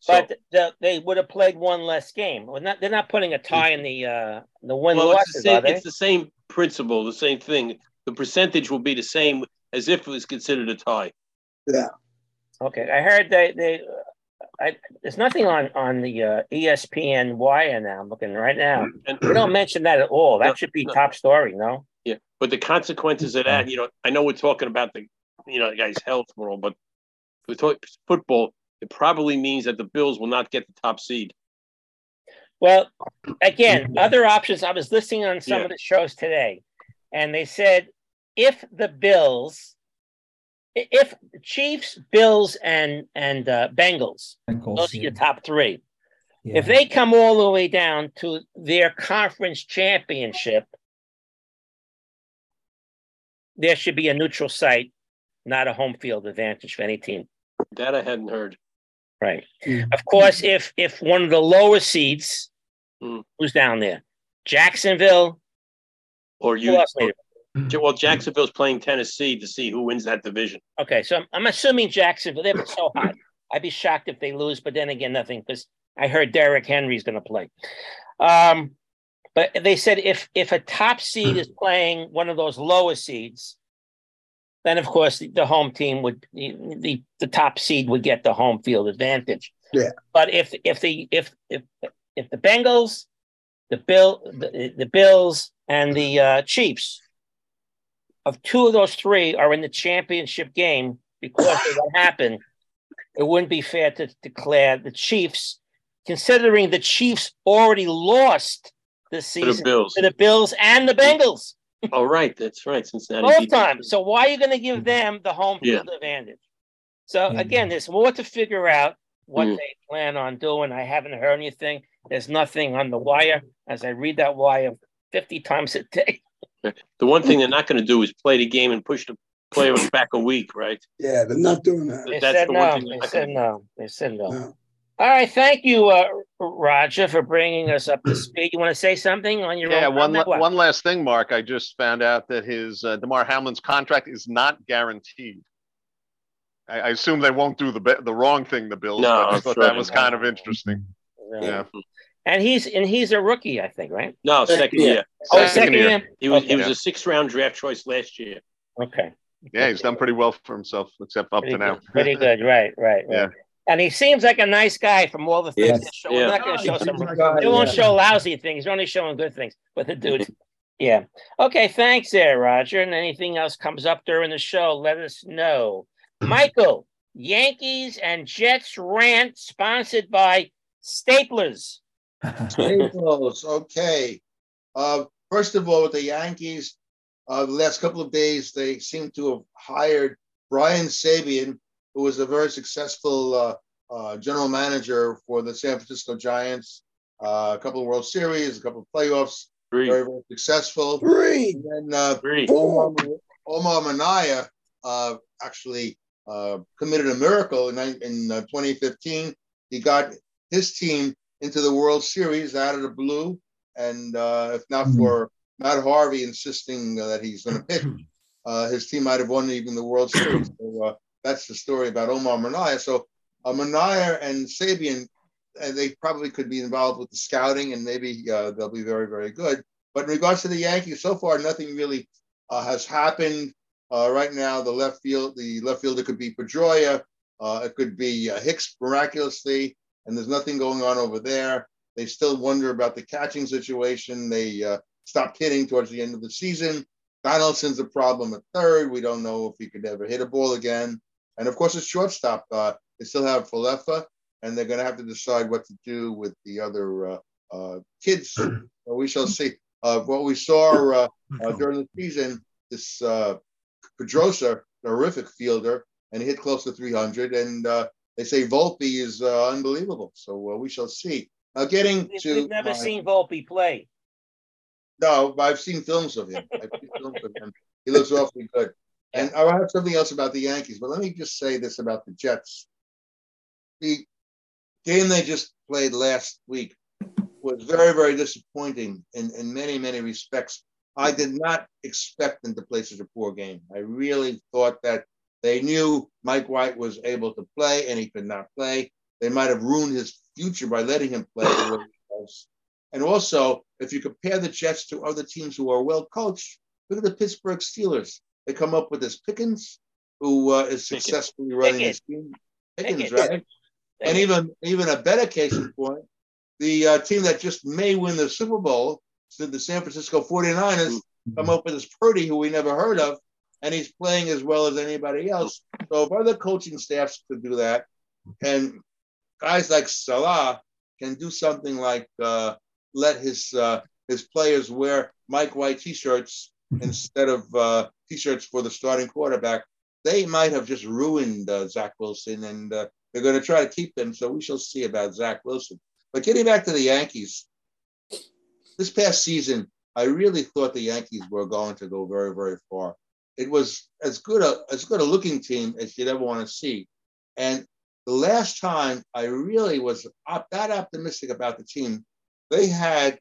A: But the, they would have played one less game. Well, not, they're not putting a tie in the uh, the win
D: Well, it's the,
A: losses, are
D: same,
A: they?
D: it's the same principle, the same thing. The percentage will be the same as if it was considered a tie.
K: Yeah.
A: Okay, I heard they they. uh, I, there's nothing on on the uh, ESPN wire now. I'm looking right now. they don't mention that at all. That
D: No,
A: should be
D: no.
A: top story, no?
D: Yeah, but the consequences of that, you know, I know we're talking about the, you know, the guy's health and all, but we talk football. It probably means that the Bills will not get the top seed.
A: Well, again, other options. I was listening on some
D: Yeah.
A: of the shows today, and they said if the Bills, i- if Chiefs, Bills, and and uh, Bengals,
F: Bengals,
A: those are
F: yeah.
A: your top three. If
F: Yeah.
A: they come all the way down to their conference championship, there should be a neutral site, not a home field advantage for any team.
D: That I hadn't heard.
A: Right. Of course, if if one of the lower seeds, who's down there, Jacksonville,
D: Or
A: who
D: you,
A: else made it?
D: well, Jacksonville's playing Tennessee to see who wins that division.
A: Okay, so I'm, I'm assuming Jacksonville. They were so hot. I'd be shocked if they lose, but then again, nothing because I heard Derrick Henry's going to play. Um, but they said if if a top seed is playing one of those lower seeds, then of course the, the home team would the, the the top seed would get the home field advantage.
K: Yeah.
A: But if if the if if if the Bengals, the Bill the, the Bills and the uh, Chiefs of two of those three are in the championship game because of what happened, it wouldn't be fair to declare the Chiefs, considering the Chiefs already lost this
D: the
A: season
D: Bills.
A: to the Bills and the Bengals
D: All Oh, right, that's right. Cincinnati.
A: both
D: beat-
A: times. So why are you going to give them the home
D: Mm-hmm. Yeah. Mm-hmm.
A: field advantage? So again, there's more to figure out what
D: Mm.
A: they plan on doing. I haven't heard anything. There's nothing on the wire. As I read that wire 50 times a day.
D: The one thing they're not going to do is play the game and push the players back a week, right?
K: Yeah, they're not doing that.
A: They
D: That's
A: said
D: the one
A: no.
D: thing they're
A: They
D: not
A: said
D: gonna-
A: no. They said no. All right, thank you, uh, Roger, for bringing us up to speed. You want to say something on your
J: Yeah,
A: own?
J: one
A: comment?
J: la-
A: What?
J: one last thing, Mark. I just found out that his uh, Demar Hamlin's contract is not guaranteed. I, I assume they won't do the be- the wrong thing, the Bills.
D: No,
J: but I
D: I'm
J: thought
D: sure
J: that
D: they
J: was
D: won't.
J: kind of interesting. Yeah.
A: And he's and he's a rookie, I think, right?
D: No, second year.
A: Oh, second year.
D: He was he was
J: Okay.
D: a six round draft choice last year.
A: Okay.
J: Yeah, he's done pretty well for himself, except up to now.
A: Pretty good, right? Right.
J: yeah.
A: And he seems like a nice guy from all the things
J: Yes.
A: they show. We're
J: Yeah.
A: not going to
J: Yeah,
A: show
J: he
A: some.
J: seems like a nice
A: they won't
J: guy.
A: show lousy things. They're only showing good things. But the dude, yeah. Okay, thanks there, Roger. And anything else comes up during the show, let us know. Michael, Yankees and Jets rant sponsored by Staplers.
G: Staples, okay. Uh, first of all, with the Yankees, uh, the last couple of days, they seem to have hired Brian Sabian, who was a very successful uh, uh, general manager for the San Francisco Giants, uh, a couple of World Series, a couple of playoffs, very, very successful.
K: Three.
G: And then uh,
D: Three.
G: Omar, Omar Minaya uh, actually uh, committed a miracle in, nine- in uh, 2015. He got his team into the World Series out of the blue. And uh, if not for Matt Harvey insisting uh, that he's going to pitch, uh, his team might have won even the World Series. So uh, that's the story about Omar Minaya. So uh, Minaya and Sabian, uh, they probably could be involved with the scouting, and maybe uh, they'll be very, very good. But in regards to the Yankees, so far nothing really uh, has happened. Uh, right now, the left field, the left fielder could be Pedroia. Uh, it could be uh, Hicks miraculously, and there's nothing going on over there. They still wonder about the catching situation. They uh, stopped hitting towards the end of the season. Donaldson's a problem at third. We don't know if he could ever hit a ball again. And of course, it's shortstop. Uh, they still have Falefa, and they're going to have to decide what to do with the other uh, uh, kids. But we shall see. Uh, what we saw uh, uh, during the season, this uh, Pedrosa, terrific fielder, and he hit close to 300. And uh, they say Volpe is uh, unbelievable. So uh, we shall see. Now, getting
A: We've,
G: to
A: we've never
G: my-
A: seen Volpe play.
G: No, but I've seen films of him. I've seen films of him. He looks awfully good. And I have something else about the Yankees, but let me just say this about the Jets. The game they just played last week was very, very disappointing in, in many, many respects. I did not expect them to play such a poor game. I really thought that they knew Mike White was able to play and he could not play. They might have ruined his future by letting him play. the way he was. and also, if you compare the Jets to other teams who are well coached, look at the Pittsburgh Steelers. They come up with this Pickens, who uh, is successfully running his team. Pickens,
B: Pickens.
G: right? And even even a better case in point, the uh, team that just may win the Super Bowl, so the San Francisco 49ers, come up with this Purdy, who we never heard of, and he's playing as well as anybody else. So if other coaching staffs could do that, and guys like Salah can do something like uh, let his uh, his players wear Mike White t-shirts instead of uh, t-shirts for the starting quarterback, they might have just ruined uh, Zach Wilson, and uh, they're going to try to keep him. So we shall see about Zach Wilson. But getting back to the Yankees, this past season, I really thought the Yankees were going to go very, very far. It was as good a as good a looking team as you'd ever want to see, and the last time I really was op- that optimistic about the team, they had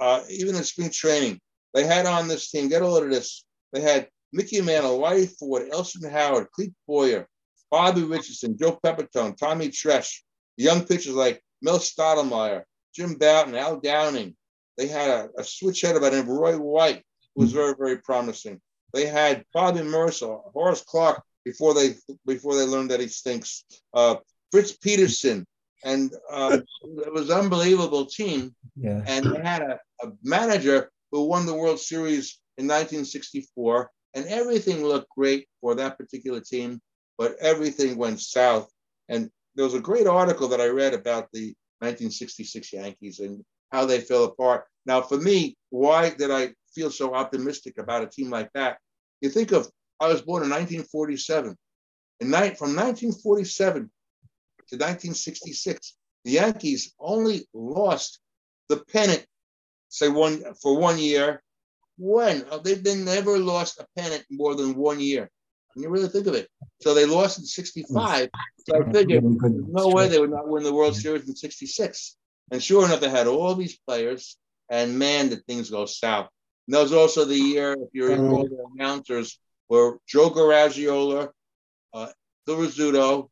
G: uh, even in spring training, they had on this team, get a load of this, they had Mickey Mantle, Whitey Ford, Elson Howard, Cleek Boyer, Bobby Richardson, Joe Pepitone, Tommy Tresh, young pitchers like Mel Stottlemyre, Jim Bouton, Al Downing. They had a, a switch hitter by the name of Roy White, who was very, very promising. They had Bobby Mercer, Horace Clark before they before they learned that he stinks. Uh, Fritz Peterson, and uh, it was an unbelievable team
F: Yeah.
G: and they had a, a manager who won the World Series in 1964, and everything looked great for that particular team, but everything went south. And there was a great article that I read about the 1966 Yankees and how they fell apart. Now, for me, why did I feel so optimistic about a team like that? You think of I was born in 1947. And night from 1947 to 1966, the Yankees only lost the pennant, say one for one year. When Uh, they've been never lost a pennant more than one year. When you really think of it, so they lost in '65. So I figured there's no way they would not win the World Series in '66. And sure enough, they had all these players, and man, did things go south. And that was also the year, if you recall, the announcers were Joe Garagiola, uh, Phil Rizzuto,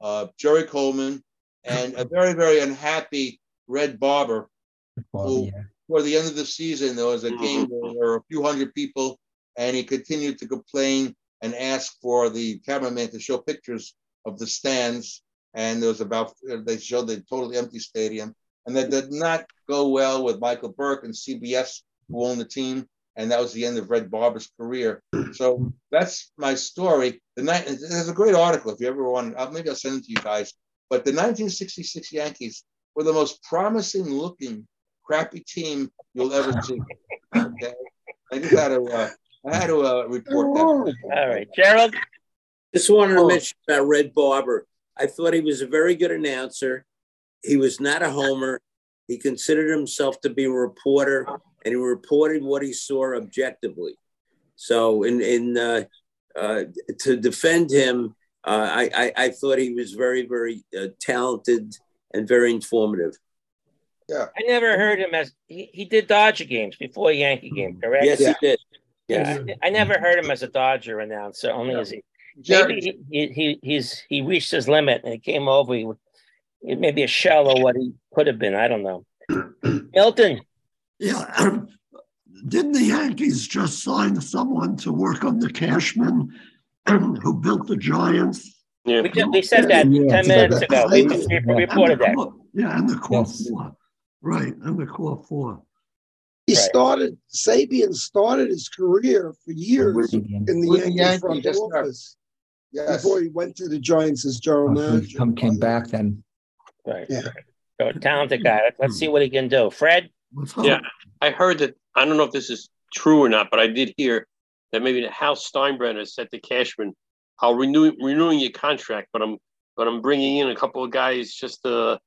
G: uh, Jerry Coleman, and a very, very unhappy Red Barber. who, toward the end of the season, there was a game where there were a few hundred people, and he continued to complain and ask for the cameraman to show pictures of the stands. And there was about, they showed the totally empty stadium. And that did not go well with Michael Burke and CBS, who owned the team. And that was the end of Red Barber's career. So that's my story. The night there's a great article if you ever want. I'll, maybe I'll send it to you guys. But the 1966 Yankees were the most promising-looking crappy team you'll ever see. Okay, I just had to uh, I had to uh, report that.
A: All right, Gerald.
E: Just wanted to mention about Red Barber. I thought he was a very good announcer. He was not a homer. He considered himself to be a reporter, and he reported what he saw objectively. So, in in uh, uh, to defend him, uh, I, I I thought he was very very uh, talented and very informative.
G: Yeah.
A: I never heard him as he, he did Dodger games before Yankee game, correct?
E: Mm-hmm. Yes, he did.
A: Yeah,
E: Yes.
A: I, I never heard him as a Dodger announcer. Only as he
E: Jerry-
A: maybe he, he he's he reached his limit and he came over. He, it may be a shell of what he could have been. I don't know. Milton,
I: Yeah. um, Didn't the Yankees just sign someone to work on the Cashman um, who built the Giants?
A: we, did, we said that
I: Yeah, we
A: ten
I: said
A: minutes
I: that.
A: ago. We,
I: Yeah.
A: we reported that.
I: Yeah, and the core four. Right, and the core four.
K: He
I: Right.
K: started, Sabian started his career for years in the
I: With the
K: Yankee
I: Yankees,
K: front
I: yes, sir.
K: office before he went to the Giants as general
F: Oh,
K: manager.
F: he come came back then.
A: Right.
K: Yeah.
A: So a talented guy. Let's- Let's see what he can do. Fred.
D: Yeah, I heard that. I don't know if this is true or not, but I did hear that maybe the House Steinbrenner said to Cashman, "I'll renew renewing your contract, but I'm but I'm bringing in a couple of guys just to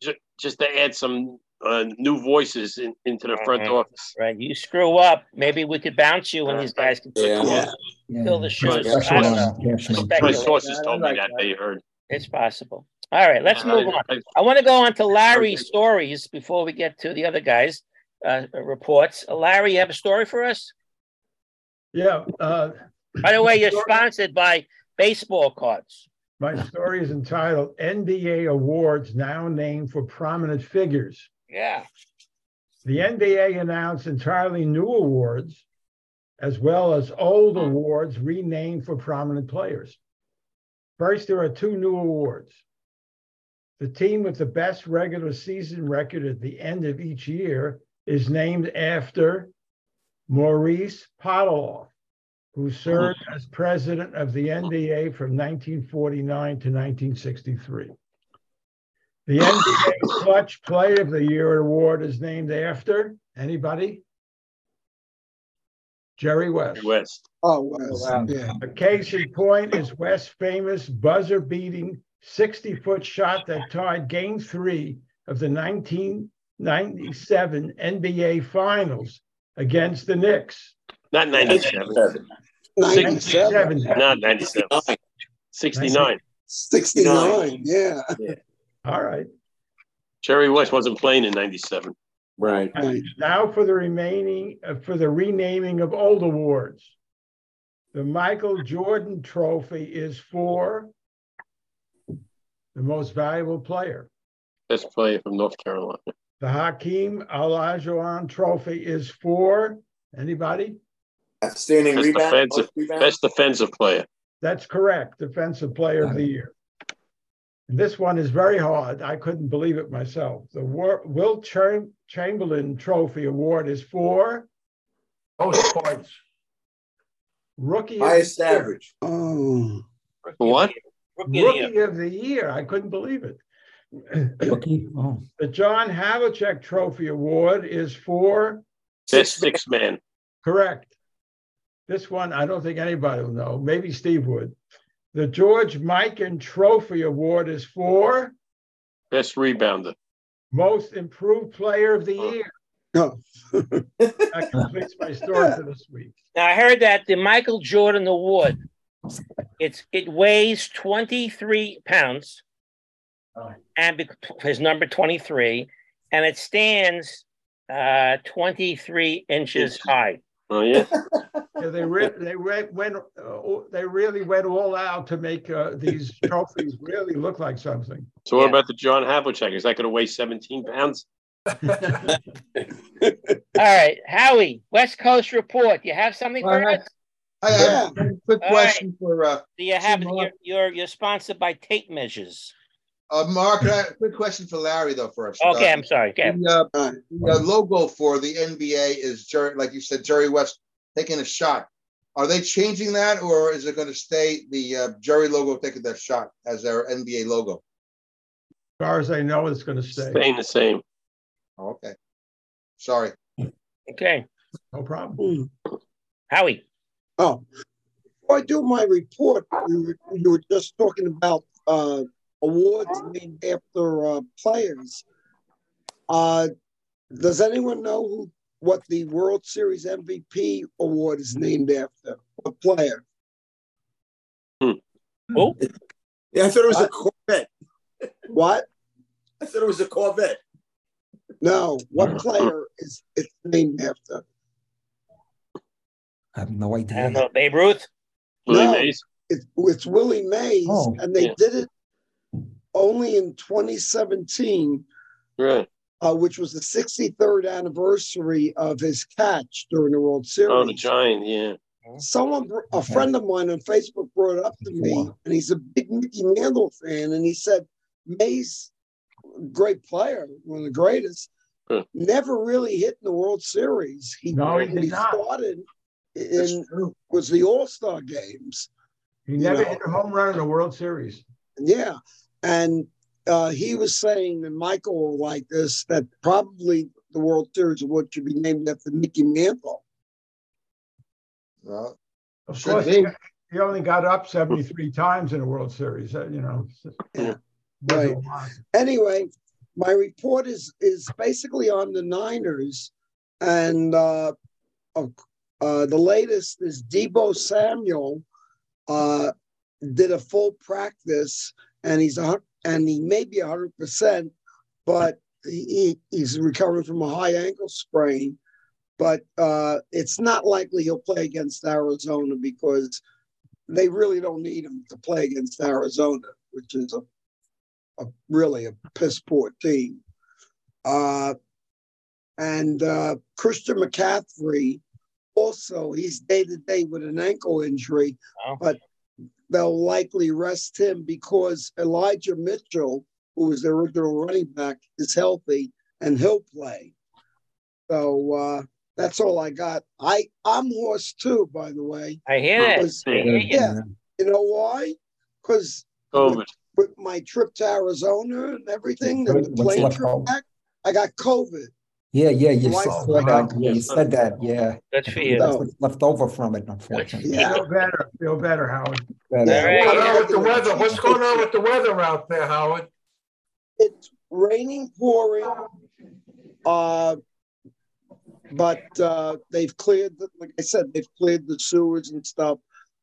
D: just, just to add some uh, new voices in, into the front
A: Mhm.
D: office.
A: Right, you screw up. Maybe we could bounce you when these guys can
D: Yeah. Yeah.
A: fill the shoes. I
D: Special
A: don't
D: one.
A: know.
D: My
A: Speculate.
D: sources told me that they heard.
A: It's possible. All right, let's
D: Yeah, I-
A: move on.
D: I-
A: I want to go on to Larry's stories before we get to the other guys' uh, reports. Larry, you have a story for us?
C: Yeah. Uh,
A: By the way, you're sponsored by baseball cards.
C: My story is entitled NBA Awards Now Named for Prominent Figures.
A: Yeah.
C: The NBA announced entirely new awards as well as old awards renamed for prominent players. First, there are two new awards. The team with the best regular season record at the end of each year is named after Maurice Podoloff, who served as president of the NBA from 1949 to 1963. The NBA Clutch Play of the Year award is named after anybody? Jerry West.
D: West.
K: Oh, Wes, yeah.
C: A case in point is West's famous buzzer beating 60 foot shot that tied game three of the 1997 NBA Finals against the Knicks.
D: Not 97.
C: 97.
D: Not 97. 69.
K: 69, yeah.
C: All right.
D: Jerry West wasn't playing in 97.
L: Right.
C: Now for the remaining, uh, for the renaming of old awards. The Michael Jordan Trophy is for the most valuable player.
D: Best player from North Carolina.
C: The Hakeem Olajuwon Trophy is for anybody?
L: Outstanding
D: Best
L: rebound.
D: defensive,
L: most rebound.
D: best defensive player.
C: That's correct. Defensive Player of the Year. And this one is very hard. I couldn't believe it myself. The War- Will Cham- Chamberlain Trophy Award is for most points. Rookie of the
L: Highest
C: Year.
L: average.
K: Oh.
D: What?
C: Rookie of the Year. I couldn't believe it.
F: Rookie? Oh.
C: The John Havlicek Trophy Award is for
D: Best six man.
C: Correct. This one, I don't think anybody will know. Maybe Steve would. The George Mikan Trophy Award is for
D: Best rebounder.
C: Most Improved Player of the Year.
K: No.
C: that completes my story for this week.
A: Now I heard that the Michael Jordan Award, it's it weighs 23 pounds,
C: Oh.
A: and bec- his number 23, and it stands uh, 23 inches high.
D: Oh yeah.
C: Yeah, they re- they re- went uh, they really went all out to make uh, these trophies really look like something.
D: So what about the John Havlicek? Is that going to weigh 17 pounds?
A: All right, Howie, West Coast Report. You have something for us?
G: I have a quick
A: All
G: question for uh,
A: Do you have you're, you're you're sponsored by tape measures?
G: uh, Mark. I have a quick question for Larry though first.
A: Okay,
G: Uh,
A: I'm sorry. Okay.
G: The, uh, the, uh, logo for the NBA is Jerry, like you said, Jerry West taking a shot. Are they changing that, or is it going to stay the uh, Jerry logo taking that shot as their NBA logo?
C: As far as I know, it's going to stay.
D: Staying the same.
G: Oh, okay. Sorry.
A: Okay.
C: No problem.
L: Hmm.
A: Howie.
K: Oh, before I do my report, you were, you were just talking about uh, awards named after uh, players. Uh, does anyone know who, what the World Series MVP award is named after? A player.
A: Oh,
L: Hmm. Yeah, I thought it was a Corvette.
K: What?
L: I thought it was a Corvette.
K: No. What player is it's named after?
F: I have no idea.
A: I don't know. Babe Ruth.
K: Willie No. Mays? It's, it's Willie Mays,
F: Oh.
K: and they
F: Yeah.
K: did it only in 2017
D: Right.
K: uh, which was the 63rd anniversary of his catch during the World
D: Oh, the
K: Series.
D: Giant. Yeah.
K: Someone, br- a friend of mine on Facebook brought it up to me, and he's a big Mickey Mantle fan, and he said, Mays, great player, one of the greatest,
D: Hmm.
K: never really hit in the World Series. He,
C: No, he
K: when
C: did not.
K: started in was the All-Star games.
C: He
K: you
C: never
K: know.
C: hit a home run in a World Series.
K: Yeah. And uh, he was saying, and Michael will like this, that probably the World Series Award should be named after Mickey Mantle.
G: Well,
C: Of
K: Should
C: course,
K: be.
C: he- he only got up 73 times in a World Series. uh, You know,
K: Yeah.
C: wasn't
K: Anyway, my report is is basically on the Niners, and uh, of- uh, the latest is Debo Samuel uh, did a full practice, and he's a, hun- and he may be hundred percent, but he, he- he's recovering from a high ankle sprain. But uh, it's not likely he'll play against Arizona because they really don't need him to play against Arizona, which is a really a piss poor team. Uh, and uh, Christian McCaffrey also he's day to day with an ankle injury, but they'll likely rest him because Elijah Mitchell, who was the original running back, is healthy and he'll play. So uh, that's all I got. I I'm horse too, by the way.
A: I hear that.
K: Because-
A: I hear you.
K: yeah, you know why? Because
D: COVID.
K: with my trip to Arizona and everything, and the
N: What's
K: plane
N: left
K: trip
N: over?
K: back, I got COVID.
N: Yeah, yeah, you
K: Why-
N: said, that. Yeah, you said that. Yeah.
A: That's for
K: you.
N: That's what's left over from it, unfortunately.
C: Feel better. Feel better, Howard.
N: Better. All right.
B: What's going on with the weather? What's going on with the weather out there, Howard?
K: It's raining, pouring, uh, but uh, they've cleared, the, like I said, they've cleared the sewers and stuff.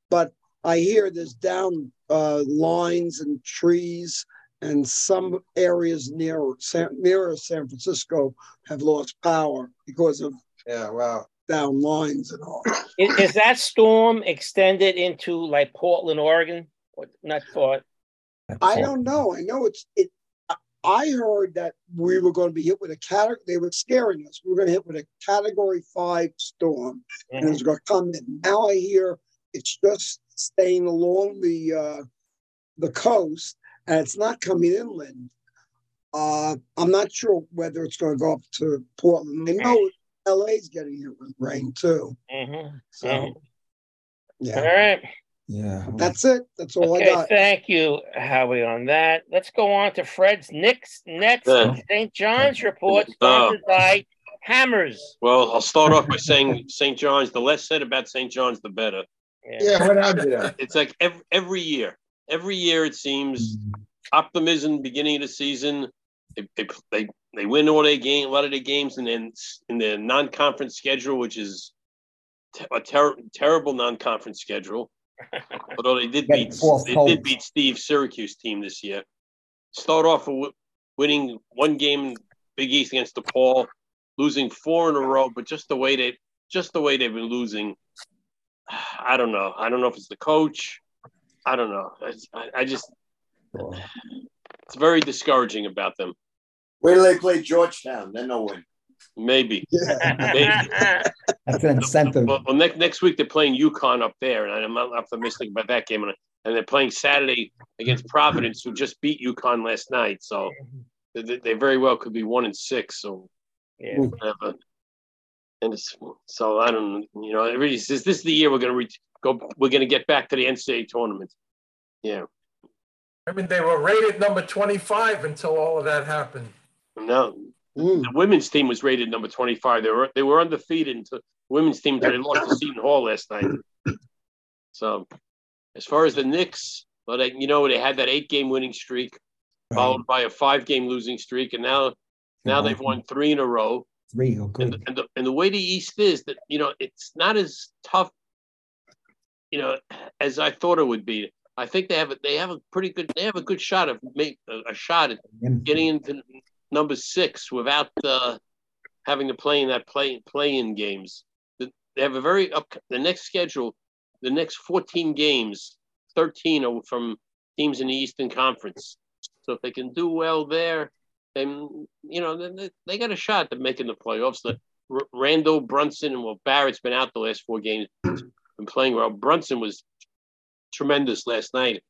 K: But I hear there's down uh, lines and trees, and some areas near San, near San Francisco have lost power because of
G: yeah, wow,
K: down lines and all.
A: Is, is that storm extended into like Portland, Oregon? Or not thought.
K: I don't know. I know it's it. I- I heard that we were going to be hit with a category. They were scaring us. We were going to hit with a category five storm, and it was going to come in. Now I hear it's just staying along the uh, the coast, and it's not coming inland. Uh, I'm not sure whether it's going to go up to Portland. I
N: Mm-hmm.
K: know LA's getting hit with rain too. So
A: Mm-hmm.
K: yeah,
A: um, All right.
N: Yeah.
K: that's it. That's all I
A: Okay,
K: got.
A: thank you, Howie, on that. Let's go on to Fred's Knicks, Nets,
D: Yeah.
A: and St. John's report
D: Oh.
A: sponsored by Hammers.
D: Well, I'll start off by saying St. John's. The less said about St. John's, the better.
G: Yeah, what happened there?
D: It's like every, every year, every year it seems optimism beginning of the season. They they they, they win all their game, a lot of their games, and then s- in their non-conference schedule, which is te- a ter- terrible non-conference schedule. Although they did
N: Getting
D: beat
N: fourth
D: they
N: place.
D: did beat Steve Syracuse team this year. Start off with winning one game in Big East against DePaul, losing four in a row, but just the way they just the way they've been losing, I don't know. I don't know if it's the coach. I don't know. I- I, I just it's very discouraging about them.
L: Wait till they play Georgetown, then they'll win.
D: Maybe. Maybe.
N: That's an incentive.
D: Well, well next next week they're playing UConn up there, and I'm not optimistic about that game. And, and they're playing Saturday against Providence, who just beat UConn last night. So they, they very well could be one and six. So
A: yeah.
D: whatever. And it's, so I don't, you know, it really says this is the year we're going to reach, go. We're going to get back to the NCAA tournament. Yeah.
B: I mean, they were rated number 25 until all of that happened.
D: No, the women's team was rated number twenty-five. They were they were undefeated until women's team until they lost to Seton Hall last night. So, as far as the Knicks, well, they, you know they had that eight-game winning streak, followed by a five-game losing streak, and now now they've won three in a row.
N: Three. Oh, good.
D: And the, and the way the East is that you know it's not as tough, you know, as I thought it would be. I think they have a, they have a pretty good they have a good shot of make a, a shot at getting into number six without uh, having to play in that play play in games. The- They have a very up the next schedule, the next fourteen games, thirteen are from teams in the Eastern Conference. So if they can do well there, then you know then they, they got a shot at making the playoffs. The, R- Randall Brunson and well Barrett's been out the last four games, been playing well. Brunson was tremendous last night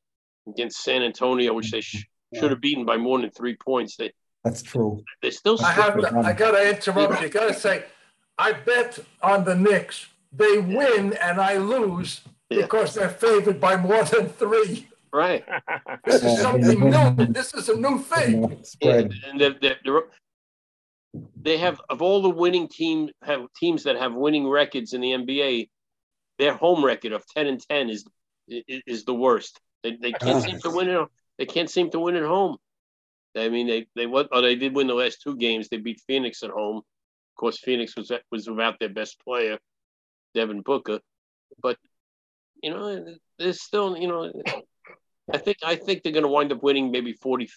D: against San Antonio, which they sh- should have beaten by more than three points. They
N: That's true.
D: they still.
B: I have. to- I gotta interrupt you. Gotta say, I bet on the Knicks. They win and I lose because they're favored by more than three.
D: Right.
B: This is
D: Yeah.
B: something new. This is a new thing.
D: and they're, they're, they're, they have of all the winning team have teams that have winning records in the NBA, their home record of ten and ten is is, is the worst. They, they can't seem to win it. They can't seem to win at home. I mean, they they won, or they did win the last two games. They beat Phoenix at home. Of course, Phoenix was was without their best player, Devin Booker. But you know, there's still you know, I think I think they're going to wind up winning maybe 40,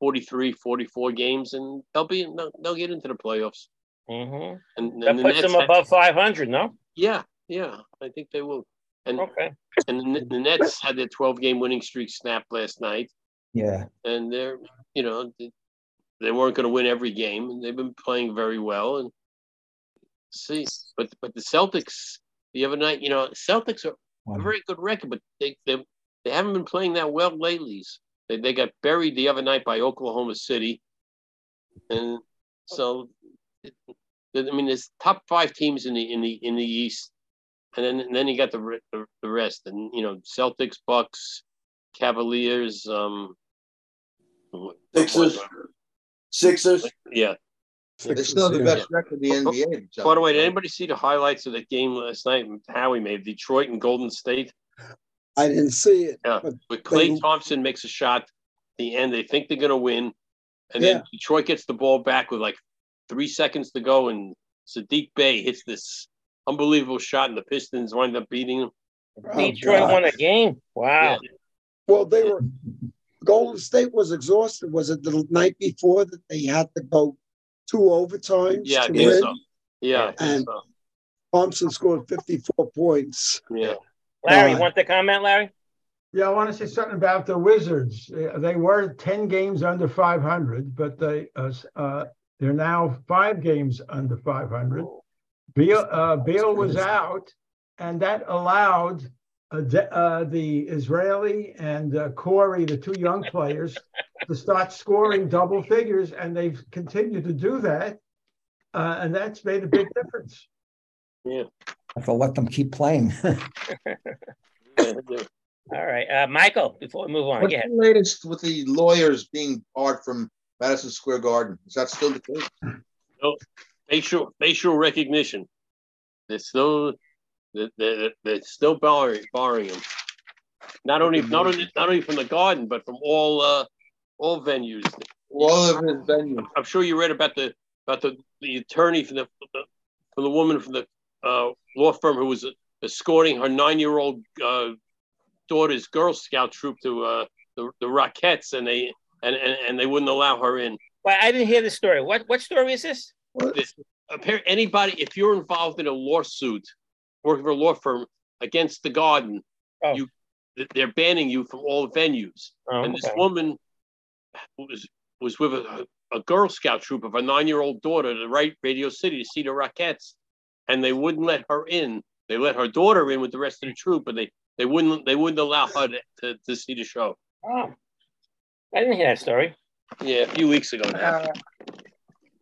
D: 43, 44 games, and they'll be they'll, they'll get into the playoffs.
A: Mm-hmm.
D: And,
A: That
D: and the
A: puts
D: Nets
A: them
D: have-
A: above 500, no?
D: yeah, yeah, I think they will. And
A: okay.
D: And the, the Nets had their 12 game winning streak snapped last night,
N: Yeah.
D: and they're you know they- they weren't going to win every game, and they've been playing very well. And see, but but the Celtics the other night, you know, Celtics are a very good record, but they they, they haven't been playing that well lately. They they got buried the other night by Oklahoma City, and so I mean, there's top five teams in the in the in the East, and then and then you got the re- the, the rest, and you know Celtics, Bucks, Cavaliers, um, what-
L: Sixers. Sixers.
D: yeah.
G: They still have the best record in the NBA. so-
D: By the way, did anybody see the highlights of that game last night? How we made Detroit and Golden State.
K: I didn't see it.
D: Yeah, but Clay Thompson makes a shot. At the end, they think they're going to win, and
K: Yeah.
D: then Detroit gets the ball back with like three seconds to go, and Sadiq Bay hits this unbelievable shot, and the Pistons wind up beating them.
G: Oh,
A: Detroit won a game. Wow.
K: Well, they were. Golden State was exhausted. Was it the night before that they had to go two overtimes
D: Yeah, I
K: to
D: think
K: win?
D: so. Yeah, I think
K: And-
D: so.
K: Thompson scored 54 points.
D: Yeah.
A: Larry,
K: Uh,
A: want to comment, Larry?
C: Yeah, I want to say something about the Wizards. Uh, They were 10 games under 500, but they uh, s- uh, they're now five games under 500. Beal, uh, Beal was out, and that allowed uh, De- uh, the Israeli and uh, Corey, the two young players, to start scoring double figures, and they've continued to do that, uh, and that's made a big difference.
D: Yeah.
N: If I let them keep playing.
A: All right, uh, Michael. Before we move on,
G: What's
A: yeah.
G: the latest with the lawyers being barred from Madison Square Garden? Is that still the case?
D: No, facial facial recognition. They're still they're, they're, they're still barring, barring them. Not only not only not only from the garden, but from all uh, all venues.
G: All of his venues.
D: I'm sure you read about the about the, the attorney from the from the woman from the uh, law firm who was escorting her nine year old uh, daughter's Girl Scout troop to uh, the the Rockettes, and they and, and and they wouldn't allow her in.
A: Well, I didn't hear the story. What what story is this?
D: This- appar- anybody, if you're involved in a lawsuit, working for a law firm against the Garden, you th- they're banning you from all venues.
A: Oh,
D: and this
A: okay.
D: woman was was with a, a Girl Scout troop of a nine year old daughter to right Radio City to see the Rockettes, and they wouldn't let her in. They let her daughter in with the rest of the troop, but they, they wouldn't they wouldn't allow her to, to, to see the show.
A: Oh, I didn't hear that story.
D: Yeah, a few weeks ago now.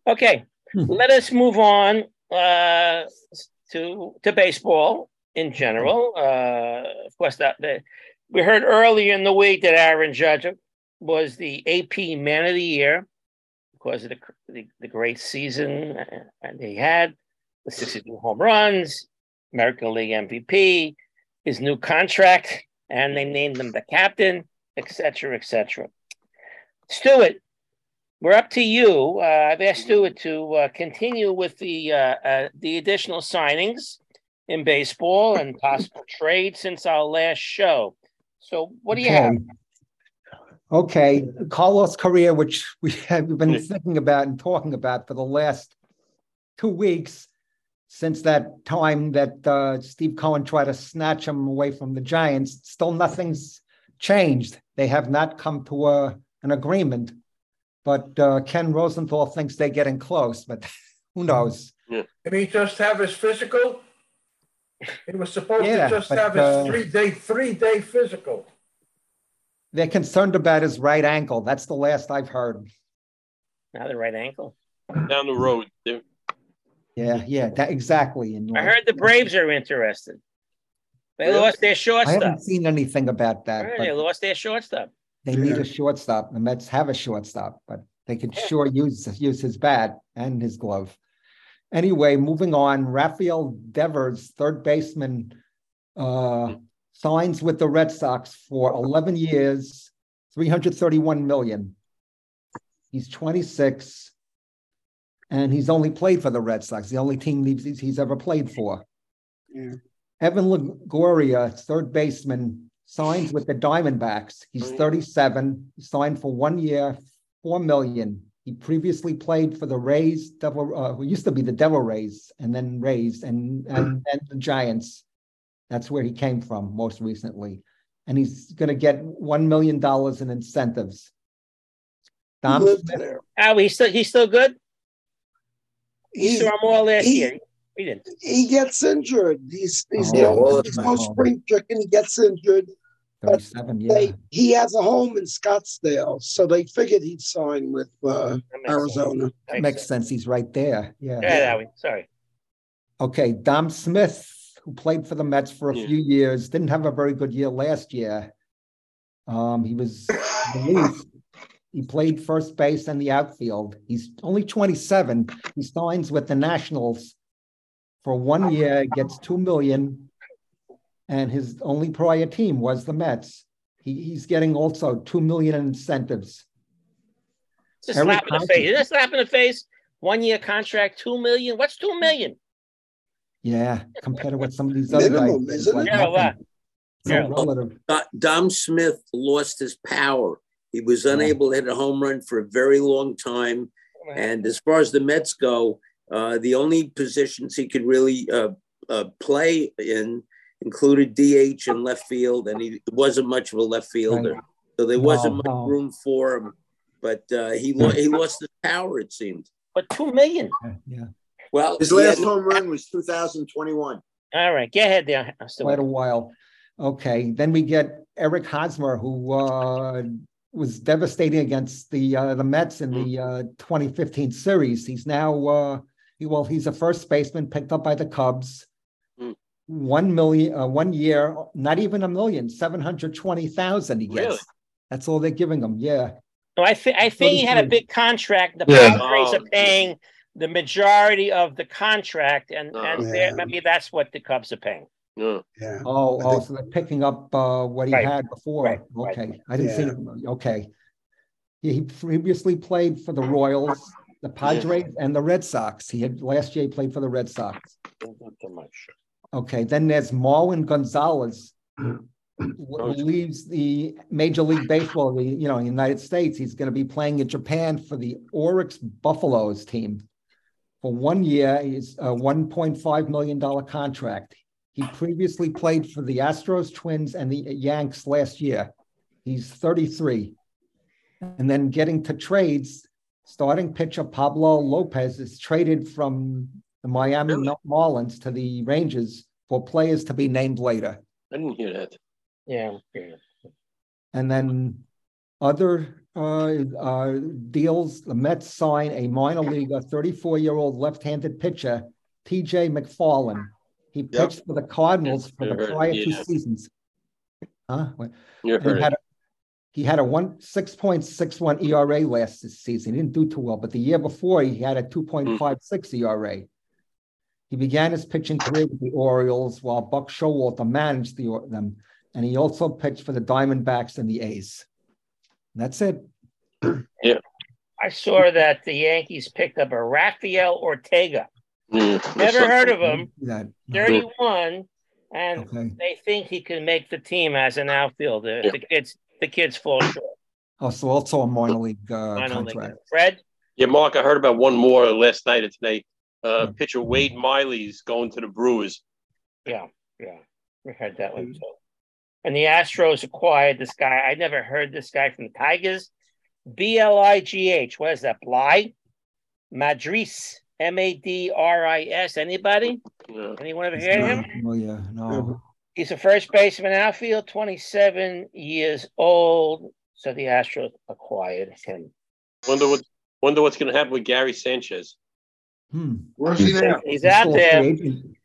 A: Okay, let us move on uh, to to baseball in general. Uh, of course, that, that we heard earlier in the week that Aaron Judge was the AP Man of the Year because of the the, the great season uh, they had, the 62 home runs, American League MVP, his new contract, and they named him the captain, etc., etc. Stewart, we're up to you. Uh, I've asked Stuart to uh, continue with the uh, uh, the additional signings in baseball and possible trades since our last show. So, what do you have?
N: Okay, Carlos Correa, which we have been thinking about and talking about for the last two weeks since that time that uh, Steve Cohen tried to snatch him away from the Giants. Still, nothing's changed. They have not come to a, an agreement. But uh, Ken Rosenthal thinks they're getting close, but who knows?
B: Did he just have his physical? He was supposed
N: Yeah,
B: to just
N: but,
B: have
N: uh,
B: his three day three day physical.
N: They're concerned about his right ankle. That's the last I've heard.
A: Now the right ankle.
D: Down the road, they're-
N: Yeah, yeah, that, exactly. And
A: I heard the Braves are interested. They lost their
N: I
A: shortstop.
N: haven't seen anything about that.
A: Right,
N: but-
A: They lost their shortstop.
N: They need a shortstop. The Mets have a shortstop, but they could sure use use his bat and his glove. Anyway, moving on. Rafael Devers, third baseman, uh, signs with the Red Sox for 11 years, 331 million. He's 26, and he's only played for the Red Sox, the only team he's, he's ever played for.
K: Yeah.
N: Evan Longoria, third baseman, signs with the Diamondbacks. He's 37. He signed for one year, four million. He previously played for the Rays, Devil, uh, who used to be the Devil Rays, and then Rays, and and, and the Giants. That's where he came from most recently, and he's going to get one million dollars in incentives. Dom
A: Good
N: Smith,
A: Oh, he's still he's still good. He
K: He's-
A: saw him all last
K: he-
A: year. We didn't.
K: he gets injured. He's he's,
N: Oh,
K: no,
N: well,
K: he's
N: it's
K: no
N: my fault.
K: spring chicken. He gets injured.
N: thirty-seven. Yeah,
K: They, he has a home in Scottsdale, so they figured he'd sign with uh, Arizona.
N: that makes sense. He's right there. Yeah.
A: Yeah, Howie, sorry.
N: Okay, Dom Smith, who played for the Mets for a few years, didn't have a very good year last year. Um, he was released. He played first base and the outfield. He's only 27. He signs with the Nationals for one year, gets two million, and his only prior team was the Mets. He, he's getting also two million in incentives.
A: It's a
N: Every
A: slap in the
N: contract-
A: face. It's a slap in the face. One year contract, two million. What's two million?
N: Yeah, compared to what some of these other
A: Minimum,
N: guys.
A: isn't it? Yeah,
N: nothing.
A: well,
N: It's all relative.
E: Do- Dom Smith lost his power. He was unable to hit a home run for a very long time. And as far as the Mets go, uh, the only positions he could really uh, uh, play in included DH and left field, and he wasn't much of a left fielder,
N: Right.
E: so there
N: No,
E: wasn't much
N: no.
E: room for him. But uh, he lo- he lost his power, it seemed.
A: But two million.
N: Yeah.
E: Well,
L: His
E: he
L: last
E: had-
L: home run was 2021.
A: All right, get ahead there. I'm still
N: quite a while. Okay, then we get Eric Hosmer, who uh, was devastating against the uh, the Mets in the uh, 2015 series. He's now uh, he, well, he's a first baseman picked up by the Cubs. One million, uh, one year, not even a million, seven hundred twenty thousand. He gets.
A: Really?
N: That's all they're giving him. Yeah.
A: No, I think I think he had a
N: 33.
A: big contract. The
N: Yeah.
A: Padres
N: Oh.
A: are paying the majority of the contract, and and they're- maybe that's what the Cubs are paying.
D: Yeah.
N: Oh, oh, so they're picking up uh, what he
A: Right,
N: had before.
A: right,
N: okay,
A: right.
N: I didn't see
A: Yeah.
N: him. Okay, Yeah, he previously played for the Royals, the Padres, and the Red Sox. He had last year he played for the Red Sox. Okay, then there's Marwin Gonzalez, who leaves the Major League Baseball, the you know United States. He's going to be playing in Japan for the Oryx Buffaloes team for one year. He's uh, a 1.5 million dollar contract. He previously played for the Astros, Twins, and the Yanks last year. He's 33. And then getting to trades, starting pitcher Pablo Lopez is traded from the Miami Marlins to the Rangers for players to be named later.
D: I didn't hear that.
A: Yeah.
N: And then other uh, uh, deals, the Mets sign a minor leaguer, 34 year old left handed pitcher, TJ McFarland. He
D: Yeah.
N: pitched for the Cardinals for
D: I
N: the
D: heard it,
N: prior two
D: yeah.
N: seasons. Huh? What?
D: You
N: And
D: heard
N: had
D: it.
N: a, he had a one six point six one ERA last season. He didn't do too well, but the year before he had a
D: Hmm.
N: two point five six ERA. He began his pitching career with the Orioles while Buck Showalter managed the, Or- them, and he also pitched for the Diamondbacks and the A's. And that's it.
D: Yeah.
A: I saw that the Yankees picked up a Rafael Ortega.
D: Hmm.
A: Never heard of him.
N: That-
A: 31, and
N: Okay.
A: they think he can make the team as an outfielder. The kids, the kids fall short.
N: Oh, so also a minor league uh,
A: Minor league.
N: contract.
A: Fred,
D: Yeah, Mark, I heard about one more last night or today. Uh, Pitcher Wade Miley's going to the Brewers.
A: yeah, yeah, we heard that one too. And the Astros acquired this guy. I never heard this guy from the Tigers. B L I G H. What is that? Bly Madris. M A D R I S. Anybody? Anyone ever hear of him?
N: Oh yeah, no.
A: He's a first baseman outfield, 27 years old. So the Astros acquired him.
D: Wonder what. Wonder what's going to happen with Gary Sanchez.
N: Hmm.
D: Where's he now?
A: He's out there.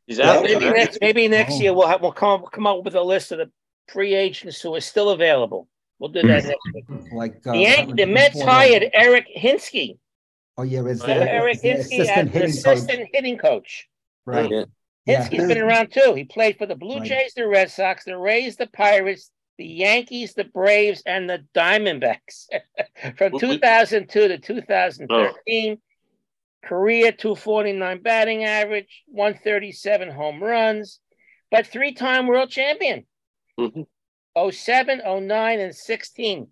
D: He's out
A: Maybe
D: there.
A: next, maybe next
D: Oh.
A: year we'll have, we'll come come up with a list of the free agents who are still available. We'll do that next week.
N: Like uh,
A: The, Yan- the Mets
N: hired.
A: hired Eric Hinsky.
N: Oh yeah, is
A: Remember
N: that
A: Eric Hinsky as
N: assistant
A: an
N: hitting coach?
A: assistant hitting coach.
N: Right.
A: Hinsky's been around too. He played for the Blue Jays, the Red Sox, the Rays, the Pirates, the Yankees, the Braves, and the Diamondbacks from 2002 to 2013. Korea 249 batting average, 137 home runs, but three time world champion
D: Mhm.
A: 07, 09, and 16.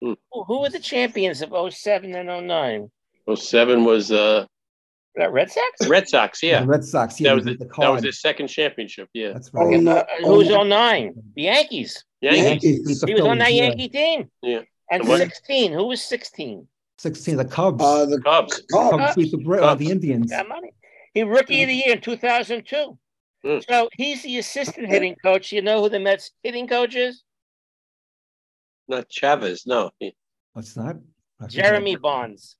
A: Who- Who were the champions of 07 and 09?
D: Well, seven was uh,
A: That Red Sox?
D: Red Sox. Yeah,
N: Red Sox.
D: That was the, that was his second championship. Yeah,
N: that's
A: Uh, who was 09? The Yankees.
D: Yankees.
N: Yankees.
A: He was on that
N: Oh, Yeah.
A: Yankee team.
D: Yeah.
A: And
N: What?
A: 16. Who was 16?
N: 16, the Cubs.
K: Uh, the
D: Cubs.
N: Cubs, beat the, Bra- uh, the Indians.
A: Got money. He rookie of the year in 2002.
D: Mm.
A: So he's the assistant hitting coach. You know who the Mets hitting coach is?
D: not Chavez. No.
N: What's not?
A: Jeremy Bonds.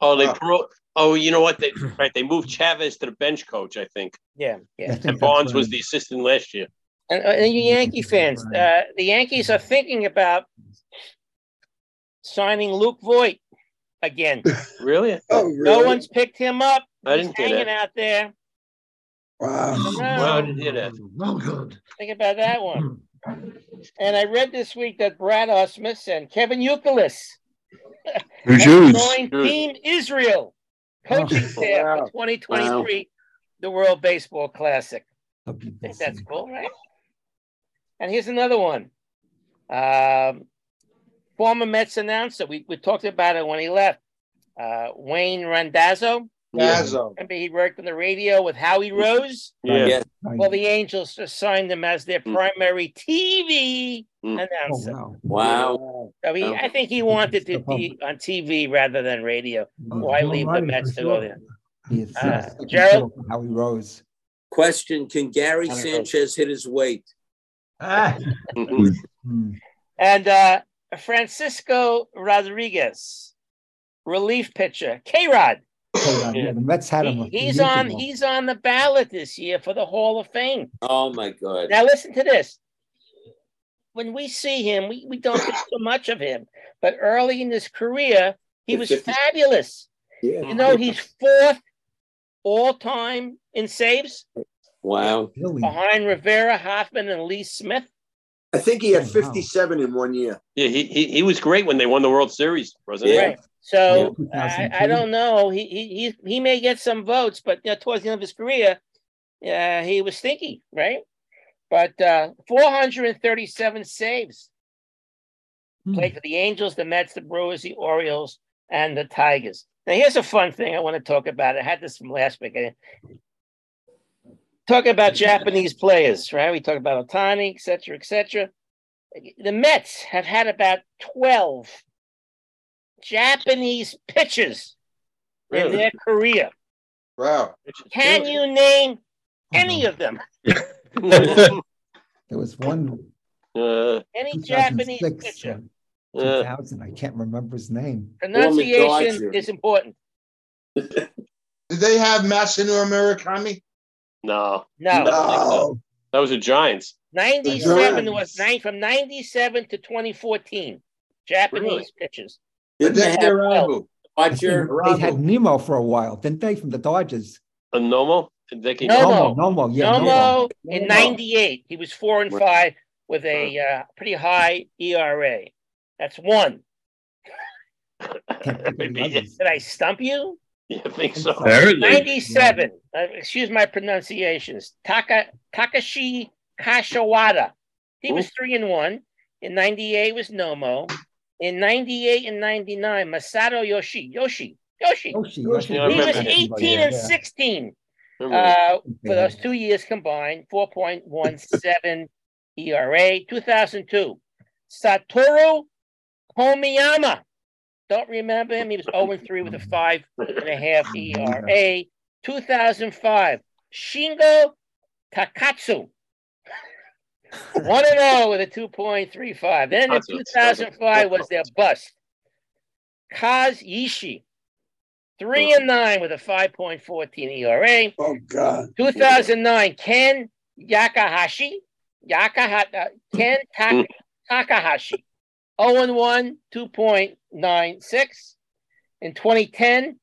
D: Oh, they pro- Oh, you know what? They right. They moved Chavez to the bench coach. I think.
A: Yeah, yeah. I think
D: And
A: that's
D: Bonds
A: right.
D: was the assistant last year.
A: And, uh, and you Yankee fans, uh, the Yankees are thinking about signing Luke Voigt again.
D: Really?
K: Oh,
A: No one's picked him up.
D: I
A: He's
D: didn't hear
A: hanging
D: that.
A: out there.
K: Wow.
D: Wow, I didn't hear that.
I: No Oh, good.
A: Think about that one.
D: Hmm.
A: And I read this week that Brad Osmus and Kevin Euclid
O: Who's
A: joined Team Israel coaching staff for 2023, the World Baseball Classic. think that's cool, right? And here's another one. Um, former Mets announcer, we, we talked about it when he left, uh, Wayne Randazzo.
K: Randazzo.
A: Remember, he worked on the radio with Howie Rose.
K: Yeah. Yes.
A: Well, the Angels just signed him as their primary TV
D: Mm.
A: announcer.
E: Wow.
A: I mean,
E: Wow.
A: I think he wanted to be on TV rather than radio. Why leave the
N: Alrighty,
A: Mets
N: for
A: to go
N: sure.
A: there?
N: Yes,
A: Uh,
N: yes.
A: Gerald?
N: Howie Rose.
E: Question Can Gary
N: I don't know.
E: Sanchez hit his weight?
A: And uh, Francisco Rodriguez, relief pitcher, K Rod.
N: Hold on, yeah, the Mets had him. a few
A: He's
N: years
A: on.
N: ago.
A: He's on the ballot this year for the Hall of Fame.
E: Oh, my God.
A: Now listen to this. When we see him, we, we don't think so much of him. But early in his career, he was fabulous.
E: Yeah.
A: You know, he's fourth all time in saves
E: Wow.
A: behind Rivera, Hoffman, and Lee Smith.
L: I think he had 57 in one year.
D: Yeah, he, he he was great when they won the World Series, wasn't he?
A: Right. So I, I don't know. He, he he he may get some votes, but you know, towards the end of his career, uh, he was stinky, right? But uh, 437 saves. Played for the Angels, the Mets, the Brewers, the Orioles, and the Tigers. Now here's a fun thing I want to talk about. I had this from last week. I- Talk about Japanese players, right? We talk about Otani, et cetera, et cetera. The Mets have had about 12 Japanese pitchers in
D: Really?
A: their career.
G: Wow.
A: Can you name any of them?
N: There was one
D: Uh,
A: Any
N: 2006
A: Japanese
N: or
A: pitcher?
N: 2000. uh, I can't remember his name.
A: Pronunciation is important.
G: Did they have Masanoru Murakami?
D: No.
A: No.
G: No.
D: That was the Giants.
A: 97 was nine from 97 to 2014. Japanese pitchers.
N: Didn't they have
G: Hiramu?
N: They, they had Nemo for a while, didn't they, from the Dodgers?
D: A Nomo? They can-
N: Nomo,
A: Nomo.
N: Nomo, yeah,
A: Nomo
N: Nomo.
A: in
N: Nomo.
A: 98. He was four and
N: Right.
A: five with a uh, pretty high ERA. That's one. Did I stump you?
D: Yeah, I think so.
A: 97. Uh, excuse my pronunciations. Taka, Takashi Kashiwada. He was three and one. In 98 was Nomo. In 98 and 99, Masato Yoshi. Yoshi. Yoshi.
N: Yoshi.
A: He
N: Yoshi. Yeah, I
A: was
N: remember him.
A: 18
N: Yeah.
A: and 16
N: Remember
A: uh,
N: him.
A: for those two years combined, 4.17 E ERA. 2002, Satoru Komiyama. Don't remember him. He was 0 3 with a five and a half E ERA. 2005, Shingo Takatsu. 1 and 0 with a 2.35. Then in
D: Takatsu,
A: 2005 was their bust. Kaz Ishii. 3 and 9 with a 5.14 ERA.
K: Oh, God.
A: 2009, Ken Yakahashi. Yakaha, uh, Ken Tak- Takahashi. 0 and 1, 2.96. In 2010,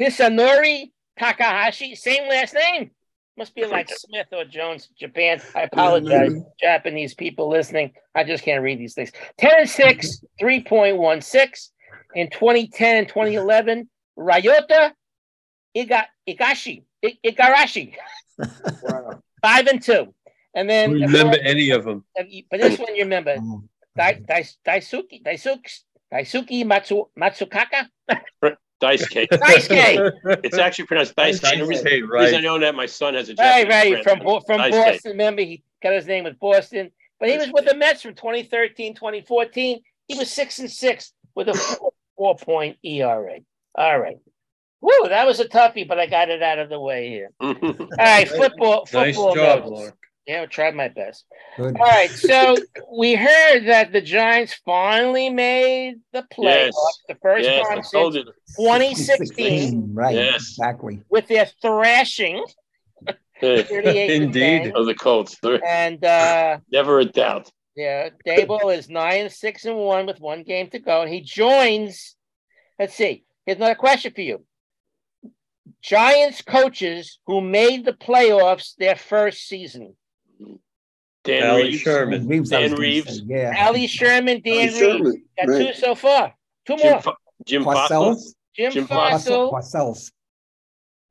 A: Hisanori Takahashi, same last name. Must be like Smith or Jones, Japan. I apologize, Japanese people listening. I just can't read these things. 10 and 6, 3.16. In 2010 and 2011, Ryota Iga, Igashi, I, Igarashi, 5 and 2. And then,
H: remember any of them.
A: but this one you remember Dai, Dai, Daisuke, Daisuke, Daisuke Matsu, Matsukaka.
D: Dice cake.
A: Dice cake.
D: It's actually pronounced dice
A: Dice
D: cake. The reason,
A: cake,
D: the
A: right.
D: reason I know that my son has a
A: Right,
D: Japanese
A: right.
D: friend.
A: From Bo- from
D: Dice
A: Boston.
D: cake.
A: Remember, he got his name with Boston, but he was with the Mets from 2013, 2014. He was six and six with a four, four point ERA. All right. Woo, that was a toughie, but I got it out of the way here. All right, football.
H: Nice
A: football
H: job,
A: notes.
H: Mark.
A: Yeah, I tried my best.
N: Good.
A: All right, so we heard that the Giants finally made the playoffs,
N: Yes.
A: the first
N: Yes,
A: time
N: I told
A: since
N: you.
A: 2016,
N: Right.
D: Yes.
N: Exactly.
A: with their thrashing. 38 to Indeed. 10.
D: Of the Colts. They're-
A: And uh,
D: Never a doubt.
A: yeah, Dable is nine and six and one with one game to go, and he joins. Let's see. Here's another question for you: Giants coaches who made the playoffs their first season.
D: Dan
H: Ally
D: Reeves.
H: Sherman.
N: Reeves, I
D: Dan
N: was gonna
D: Reeves.
N: say, yeah.
A: Ali Sherman, Dan Reed.
N: Ali Sherman,
A: Got
N: right.
A: two so far. Two
D: Jim,
A: more.
D: Fa- Jim
N: Parcells?
D: Fossil?
A: Jim,
D: Jim
A: Fossil.
N: Parcells.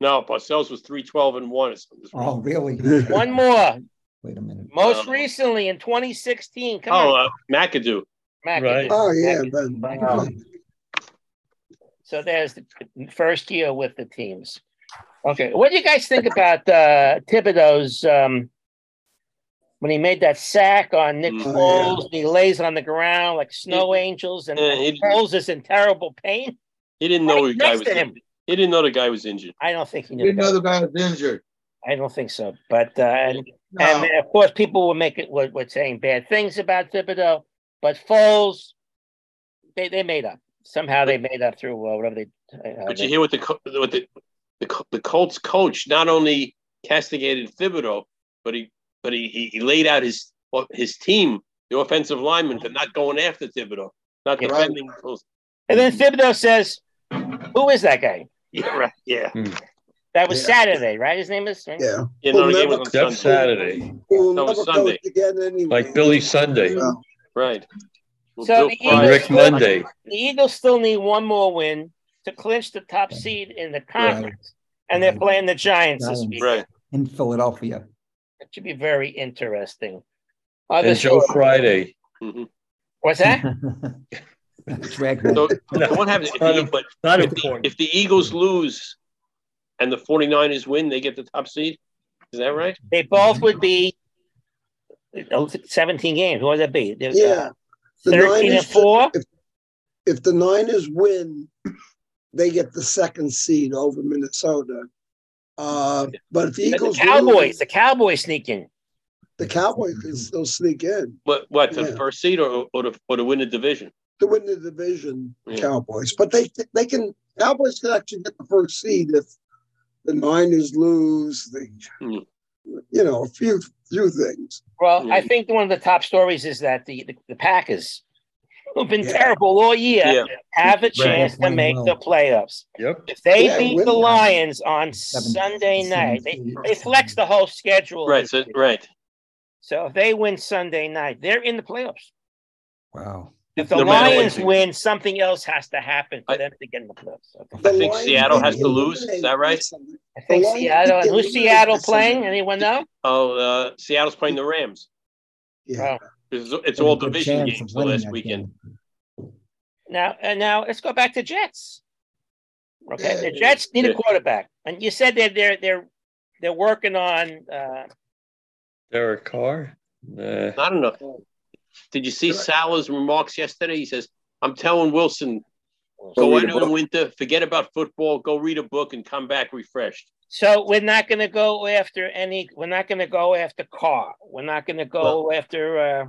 D: No, Parcells was 312 and 1 or something.
N: Oh, really?
A: One more.
N: Wait a minute.
A: Most
D: Um,
A: recently in 2016. Come
D: Oh,
A: on,
D: uh, McAdoo.
A: Mac.
H: right.
K: Oh, yeah.
A: Wow. So there's the first year with the teams. Okay, what do you guys think about uh, Thibodeau's um, when he made that sack on Nick
D: Mm.
A: Foles and he lays it on the ground like snow angels and,
D: Yeah,
A: and
D: he-
A: Foles is in terrible pain?
D: He didn't know the guy
A: next
D: was
A: to him.
D: injured. He didn't know the guy was injured.
A: I don't think he knew.
G: Didn't know
A: that.
G: the guy was injured.
A: I don't think so. But uh, and,
G: No.
A: and of course, people were making were, were saying bad things about Thibodeau, but Foles, they, they made up somehow. They made up through uh, whatever they. Uh,
D: But
A: they-
D: you hear what the co- what the, the co- the Colts coach not only castigated Thibodeau, but he but he, he, he laid out his his team, the offensive linemen, for not going after Thibodeau, not
A: Yeah.
D: defending. Colts.
A: and then
H: Mm-hmm.
A: Thibodeau says, "Who is that guy?"
D: Yeah, right. Yeah.
H: Hmm.
A: That was
D: Yeah.
A: Saturday, right? His name is. right?
K: Yeah.
D: You know, the game
K: Whoever
D: was on
H: Except
D: Sunday.
H: Saturday,
K: We'll
D: No,
K: never
D: Sunday.
K: coach again anyway.
H: like Billy Sunday,
D: Right. Well,
A: So
D: Bill
A: the
D: Fry-
H: and
A: Eagles,
H: Rick Monday.
A: the Eagles still need one more win to clinch the top seed in the conference, and they're playing the Giants this
N: Giants.
A: week.
D: Right.
N: In Philadelphia.
A: It should be very interesting.
H: and
A: Other
H: Joe
A: story.
H: Friday.
D: Mhm.
A: What's that?
N: Drag
D: So,
N: that.
D: so what happens if
H: Not
D: the,
H: im-
D: but
H: not
D: if, the,
H: important.
D: if the Eagles lose and the 49ers win, they get the top seed? Is that right?
A: They both would be oh, 17 games. Who would that be? There's,
K: Yeah.
A: uh,
K: The
A: 13 and
K: Niners,
A: 4?
K: if the Niners win, they get the second seed over Minnesota. Uh, but if the
A: And The
K: Eagles
A: Cowboys.
K: lose,
A: The Cowboys sneaking.
K: the Cowboys can still sneak in
D: What, what for the
K: Yeah.
D: first seed or, or, to, or to win the division?
K: to win the division.
D: Yeah.
K: Cowboys, but they they can Cowboys can actually get the first seed if the Niners lose. The,
D: Mm.
K: You know, a few few things.
A: Well, I
D: Mhm.
A: think one of the top stories is that the, the, the Packers, who've been
K: Yeah.
A: terrible all year,
D: Yeah.
A: have
H: Right.
A: a chance to
N: Playing
A: make
N: well.
A: the playoffs.
H: Yep.
A: If they
K: Yeah,
A: beat
K: win
A: the
K: that.
A: Lions on
N: Seven-
A: Sunday
N: seven
A: night, they,
N: seed.
A: they flex the whole schedule.
D: Right.
A: this
D: So,
A: year.
D: right.
A: So if they win Sunday night, they're in the playoffs.
N: Wow.
A: If the
D: No matter what
A: Lions
D: they-
A: win, something else has to happen for
D: I-
A: them to get in the playoffs. Okay.
K: The
D: I think
K: Lions
D: Seattle
K: get
D: has to lose. Is
K: eliminated
D: that right?
K: this summer.
A: I think
K: Lions
A: Seattle. And
K: did get
A: who's
K: eliminated
A: Seattle
K: this summer.
A: playing? Anyone know?
D: Oh, uh, Seattle's playing the Rams.
K: Yeah.
A: Oh.
D: It's, it's
N: They have
D: all
N: a good
D: division
N: chance of
D: games the
N: winning
D: last
N: that
D: weekend.
N: game.
A: Now and now let's go back to Jets. Okay, the
K: Yeah.
A: Jets need
D: Yeah.
A: a quarterback, and you said that they're they're they're working on. Uh,
H: Derek Carr. Nah.
D: I don't know. Did you see Salah's remarks yesterday? He says, "I'm telling Wilson, go
L: read a
D: out in the
L: book."
D: winter, forget about football, go read a book, and come back refreshed."
A: so we're not going to go after any. We're not going to go after Carr. We're not going to go after uh,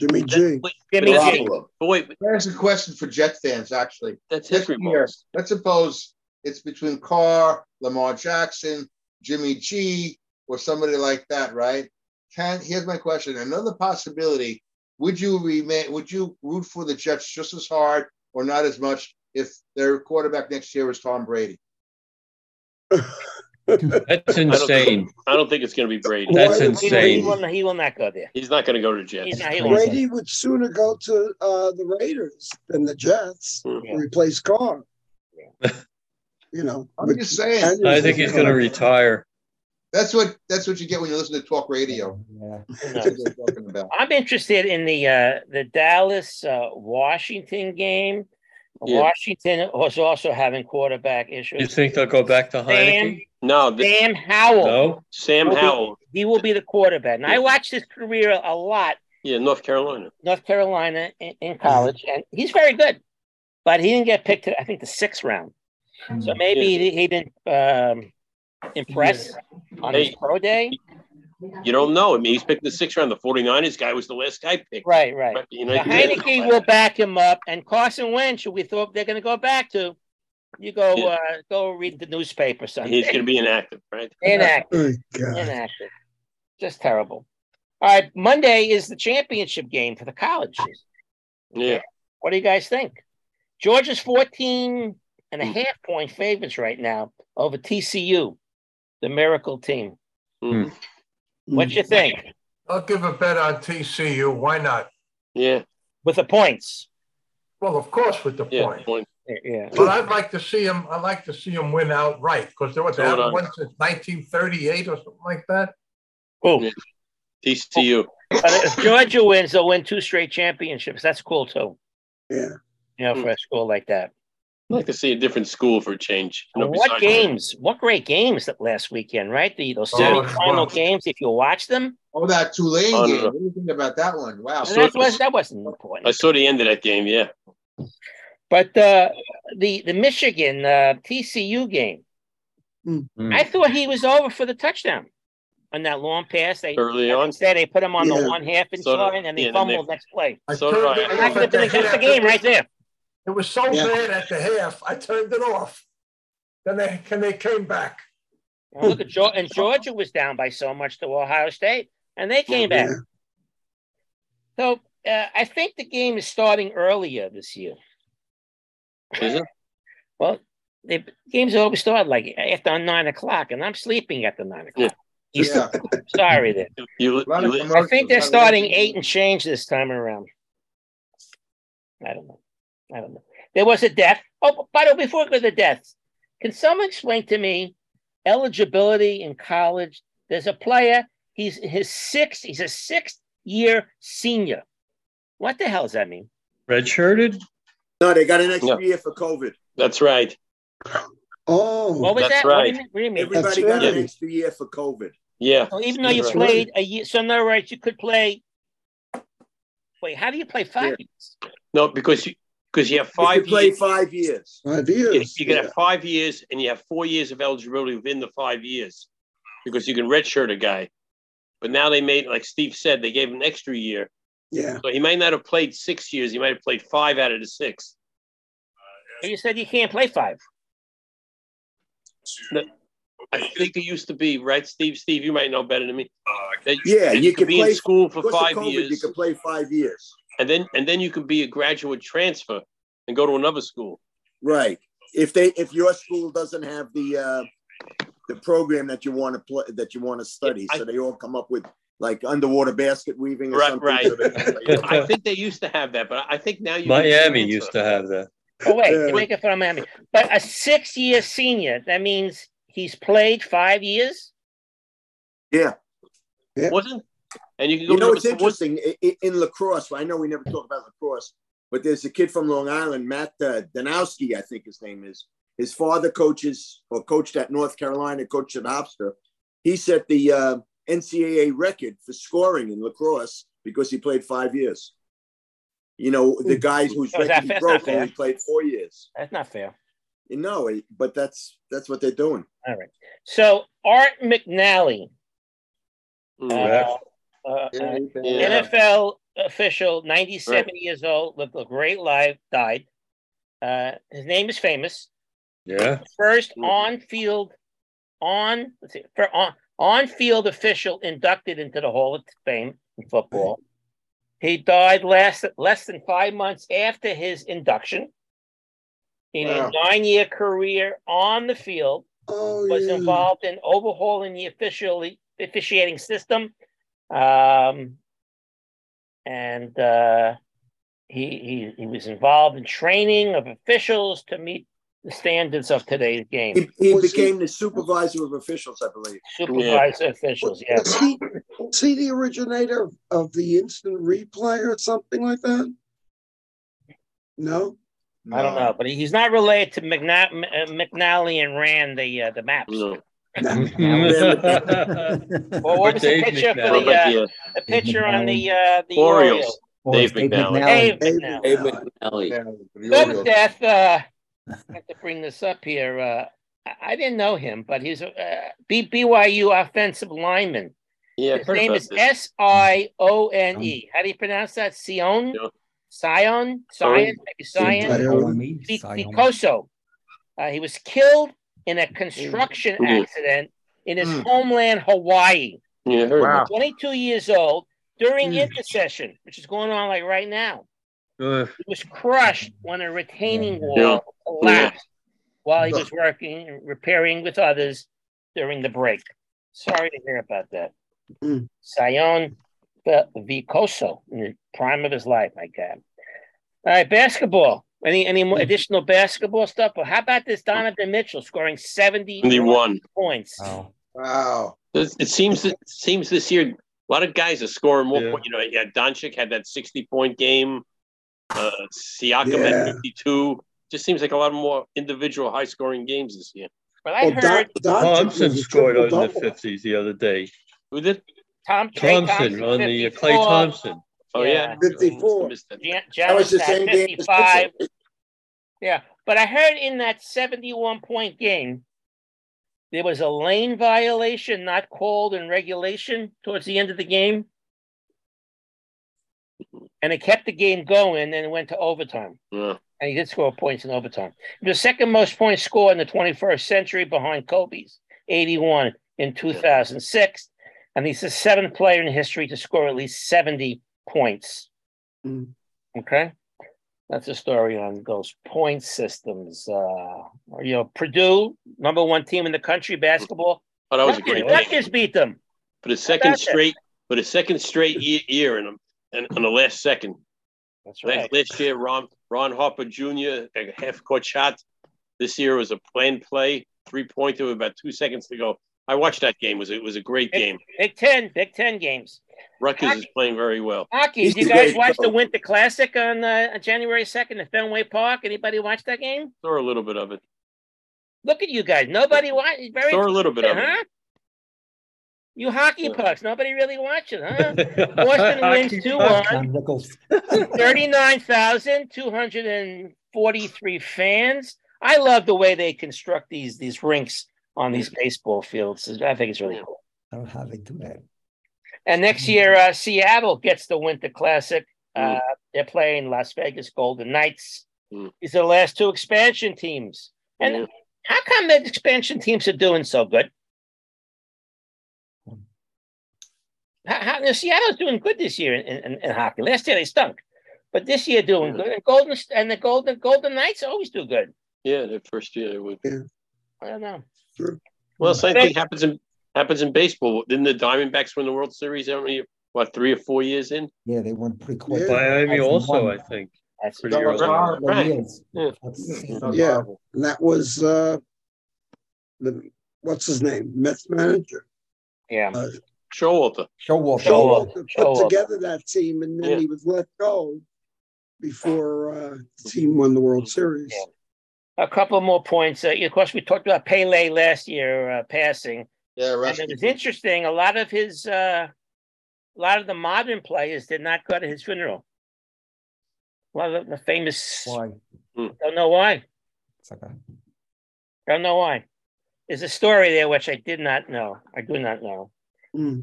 K: Jimmy G.
D: Wait,
A: Jimmy G.
D: Garoppolo.
L: Garoppolo.
D: but wait,
G: There's a question for Jet fans, actually.
D: that's his
G: This year,
D: remarks.
G: let's suppose it's between Carr, Lamar Jackson, Jimmy G, or somebody like that, right? Can here's my question. Another possibility: Would you remain? Would you root for the Jets just as hard, or not as much, if their quarterback next year is Tom Brady?
H: That's insane.
D: I don't think it's going to be Brady.
H: That's
A: He
H: insane.
A: will, he will not go there.
D: He's not going to go to Jets.
A: He's not, he won't.
K: Brady would sooner go to uh, the Raiders than the Jets
H: Mm-hmm.
K: to replace Carr. You know,
G: I'm just saying.
H: I think he's going to retire.
G: That's what that's what you get when you listen to talk radio.
N: Yeah.
A: I'm interested in the uh, the Dallas uh, Washington game.
D: Yeah.
A: Washington was also having quarterback issues.
H: You think they'll go back to
A: Sam,
H: Heineken? No,
A: Sam Howell.
H: No, Sam
A: Will be-
H: Howell.
A: He will be the quarterback. And I watched his career a lot,
D: Yeah, North Carolina.
A: North Carolina in, in college, and he's very good. But he didn't get picked. To, I think the sixth round.
D: Mm-hmm.
A: So maybe he, he didn't um, impress on his
D: Hey.
A: pro day.
D: You don't know. I mean, he's picked in the sixth round. The 49ers guy was the last guy picked.
A: Right, right.
D: But, you know,
A: The
D: you can't-
A: Heineke will back him up, and Carson Wentz, who we thought they're going to go back to, you go
D: Yeah.
A: uh, go read the newspaper. Sunday.
D: He's going to be inactive, right?
A: inactive, inactive, just terrible. All right, Monday is the championship game for the colleges.
D: Yeah.
A: What do you guys think? Georgia's 14 and a half point favorites right now over TCU, the miracle team.
D: Mm.
A: What you think?
B: I'll give a bet on TCU. Why not?
D: Yeah.
A: With the points.
B: Well, of course, with the points.
A: Yeah.
B: But I'd like to see him. I'd like to see him win outright because there was
D: So would I.
B: that one since 1938 or something like that.
A: Oh,
D: TCU.
A: But if Georgia wins, they'll win two straight championships. That's cool too.
K: Yeah.
A: You know, for a school like that.
D: Hmm. I'd like to see a different school for a change. You know,
A: And what
D: besides-
A: games? What great games that last weekend, right? The those
D: Oh,
A: semifinal final games. If you watch them,
G: Oh, that Tulane
D: Oh, no,
G: game.
D: no.
G: What do you think about that one? Wow.
A: and that was that wasn't important.
D: I saw the end of that game. Yeah.
A: But uh, the the Michigan uh, TCU game,
D: Hmm.
N: Mm.
A: I thought he was over for the touchdown on that long pass. They
D: Early on.
A: instead they put him on
D: Yeah.
A: the one half inch
D: So did-
A: line and they
D: yeah, and they-
A: fumbled next play.
D: I So did turned I. it
A: And that could have been
B: off at the
A: that's the
B: half.
A: game right there.
B: It was so
A: Yeah.
B: bad at the half, I turned it off. Then they, and they came back.
A: Now look at Georgia, and Georgia was down by so much to Ohio State, and they came back. So uh, I think the game is starting earlier this year.
D: Is it?
A: Well, the games always start like after nine o'clock, and I'm sleeping after nine o'clock.
G: Yeah.
A: Sorry, there.
D: You, you-
A: I think they're starting eight and change this time around. I don't know. I don't know. There was a death. Oh, by the way, before we go to deaths, can someone explain to me eligibility in college? There's a player. He's his sixth. He's a sixth year senior. What the hell does that mean?
H: Redshirted?
L: No, they got an extra
D: Yeah.
L: year for COVID.
D: That's right.
K: Oh,
A: What was
D: That's
A: that? What do you
D: right.
A: mean- what do you mean?
L: Everybody got
D: right.
L: an extra year for COVID.
D: Yeah.
A: So even though
D: That's
A: you
D: right.
A: played a year, so in other words, you could play. Wait, how do you play five?
D: No, because you because you have
L: You
D: five
L: could play
D: years.
L: five years.
K: Five
D: You,
K: years.
D: you can have five years, and you have four years of eligibility within the five years, because you can redshirt a guy. But now they made, like Steve said, they gave him an extra year.
K: Yeah.
D: So he might not have played six years. He might have played five out of the six.
A: You said you can't play five.
D: I think it used to be right, Steve. Steve, you might know better than me. That
L: Yeah,
D: that
L: you can
D: could be
L: play
D: in school for
L: because of
D: five
L: COVID,
D: years,
L: You could play five years.
D: and then and then you can be a graduate transfer and go to another school.
L: Right. If they if your school doesn't have the uh, the program that you want to play that you want to study, so they all come up with like underwater basket weaving or
D: Right, right.
L: something. so they can play it.
D: I think they used to have that, but I think now you
H: Miami used to have that.
A: Oh wait,
H: Yeah.
A: they make it from Miami. But a six-year senior, that means he's played five years.
L: yeah.
D: Wasn't and you can go
L: You know,
D: to
L: it's interesting i- i- in lacrosse. I know we never talk about lacrosse, but there's a kid from Long Island, Matt uh, Danowski, I think his name is. His father coaches or coached at North Carolina, coached at Hofstra. He set the uh, NCAA record for scoring in lacrosse because he played five years. You know, the guys whose
A: Oh, is that
L: record he
A: fair?
L: broke
A: That's not
L: only
A: fair.
L: played four years.
A: That's not fair.
L: You know, it- but that's that's what they're doing.
A: All right. So Art McNally, uh, uh, uh,
L: Yeah.
A: NFL official, 97
L: Right.
A: years old, lived a great life, died. Uh, his name is famous.
H: Yeah.
A: First on-field, on let's see, for on on-field official inducted into the Hall of Fame in football. He died last less than five months after his induction. In
P: Wow.
A: a nine-year career on the field, was involved in overhauling the official the officiating system. Um, and uh, he, he he was involved in training of officials to meet the standards of today's game.
L: He, he became the supervisor of officials, I believe.
A: supervisor officials. Yes,
K: Was he, was he the originator of, of the instant replay or something like that? No?
A: I don't know, but he- he's not related to McNa- M- uh, McNally and Rand the uh, the maps.
E: Mm.
A: Well, what was the
H: Dave
A: picture for
H: McNally.
A: the, uh,
H: Dave
A: the picture on the uh, the
H: Orioles.
A: Oreo?
H: Dave McNally.
A: Dave McNally. Good death. Uh, I have to bring this up here. Uh, I- I didn't know him, but he's a uh, B- BYU offensive lineman.
D: Yeah, I've
A: His
D: heard
A: name
D: about
A: is
D: this.
A: S I O N E. How do you pronounce that? Sion? Sion? Sion? Maybe Sion?
N: Sion.
A: Be- Bicoso. Uh, he was killed in a construction
D: Mm.
A: accident in his homeland, Hawaii.
D: Yeah, I heard about that.
A: 22 years old during intercession, which is going on like right now.
H: Ugh.
A: He was crushed when a retaining wall
H: Yeah.
A: collapsed while he was working and repairing with others during the break. Sorry to hear about that. Sion Ve- Vicoso in the prime of his life, my God. All right, basketball. Any any more additional basketball stuff? Or how about this Donovan Mitchell scoring 71
D: 71.
A: points?
L: Wow.
D: It, it seems it seems this year a lot of guys are scoring more. point- You know, yeah, Doncic had that sixty point game. Uh, Siakam
K: Yeah.
D: had fifty two. Just seems like a lot more individual high scoring games this year.
A: But
D: I heard-
H: Thompson scored in the fifties the other day.
D: Who did?
A: Tom Klay
H: Thompson on the uh, Clay
A: 54.
H: Thompson.
A: Oh, yeah.
L: 54.
A: Jan-
L: That was
A: Giannis
L: the
A: at
L: same game as
A: 55. Yeah, but I heard in that 71 point game, there was a lane violation not called in regulation towards the end of the game. And it kept the game going and it went to overtime. And he did score points in overtime. The second most points scored in the 21st century behind Kobe's 81 in 2006. And he's the seventh player in history to score at least 70 points.
I: Mm,
A: Okay. That's the story on those point systems. Uh, you know, Purdue, number one team in the country basketball.
D: Oh, that was a great game.
A: Rutgers beat them.
D: For the second
A: about that?
D: straight, for the second straight ye- year, and and on the last second.
A: That's
D: right. Last, last year, Ron Ron Harper Jr. a half court shot. This year was a planned play, three pointer with about two seconds to go. I watched that game. It was it was a great game.
A: Big Ten, Big Ten games.
D: Rutgers is playing very well.
A: Hockey, did you guys watch the Winter Classic on uh, January 2nd at Fenway Park? Anybody watch that game?
D: Saw a little bit of it.
A: Look at you guys. Nobody watched. Very
D: Saw a little bit of it.
A: huh? You hockey pucks. Nobody really watching, huh? Boston wins 2 1.
N: Tom Rickles.
A: 39,243 fans. I love the way they construct these these rinks on these baseball fields. I think it's really cool.
N: I don't know how they do that.
A: And
K: Mm-hmm.
A: next year, uh, Seattle gets the Winter Classic.
K: Mm.
A: Uh, they're playing Las Vegas Golden Knights. These are the last two expansion teams. And how come the expansion teams are doing so good?
K: Mm.
A: How, how, now, Seattle's doing good this year in, in, in hockey. Last year they stunk, but this year doing good. And Golden and the Golden Golden Knights always do good.
D: Yeah, the first year it would.
A: I don't know.
D: Well, same thing happens in happens in baseball. Didn't the Diamondbacks win the World Series only what three or four years in?
N: Yeah, they went pretty quick.
H: Miami also, I think.
A: That's
H: pretty
K: That was
H: early.
K: horrible.
H: Right.
D: Yeah.
K: Yeah. And that was uh, the, what's his name? Mets manager.
A: Yeah.
K: Uh,
D: Showalter.
N: Showalter.
K: Showalter put
A: Showalter.
K: together that team and then
A: Yeah.
K: he was let go before uh, the team won the World Series.
A: A couple more points. Uh, of course, we talked about Pele last year uh, passing.
L: Yeah,
A: and it was interesting. A lot of his, uh, a lot of the modern players did not go to his funeral. A lot of the famous.
N: Why?
A: Don't know why.
N: It's okay.
A: Don't know why. There's a story there which I did not know. I do not know.
I: mm.